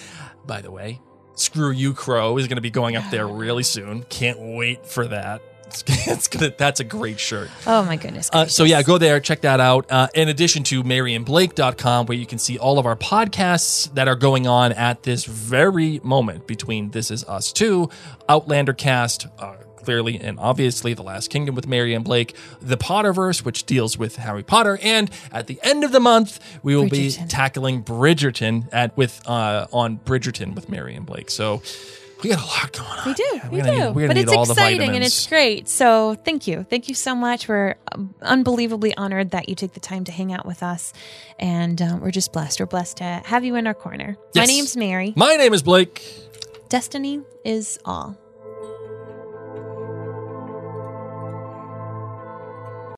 Speaker 4: By the way, Screw You Crow is going to be going up there really soon. Can't wait for that. It's, it's gonna, that's a great shirt.
Speaker 3: oh my goodness.
Speaker 4: Uh, so yeah, go there, check that out. Uh, in addition to maryandblake.com, where you can see all of our podcasts that are going on at this very moment between This Is Us 2, Outlander Cast, uh, clearly and obviously The Last Kingdom with Mary and Blake, The Potterverse, which deals with Harry Potter, and at the end of the month, we will be
Speaker 3: Bridgerton.
Speaker 4: tackling Bridgerton at with uh, on Bridgerton with Mary and Blake. So we got a lot going on.
Speaker 3: we do,
Speaker 4: We're
Speaker 3: we
Speaker 4: gonna need-
Speaker 3: do.
Speaker 4: we're gonna
Speaker 3: but
Speaker 4: need
Speaker 3: it's
Speaker 4: all the
Speaker 3: exciting and
Speaker 4: vitamins.
Speaker 3: it's great. So thank you. Thank you so much. We're um, unbelievably honored that you take the time to hang out with us. And um, we're just blessed. We're blessed to have you in our corner. My
Speaker 4: Yes.
Speaker 3: name's Mary.
Speaker 4: My name is Blake.
Speaker 3: Destiny is all.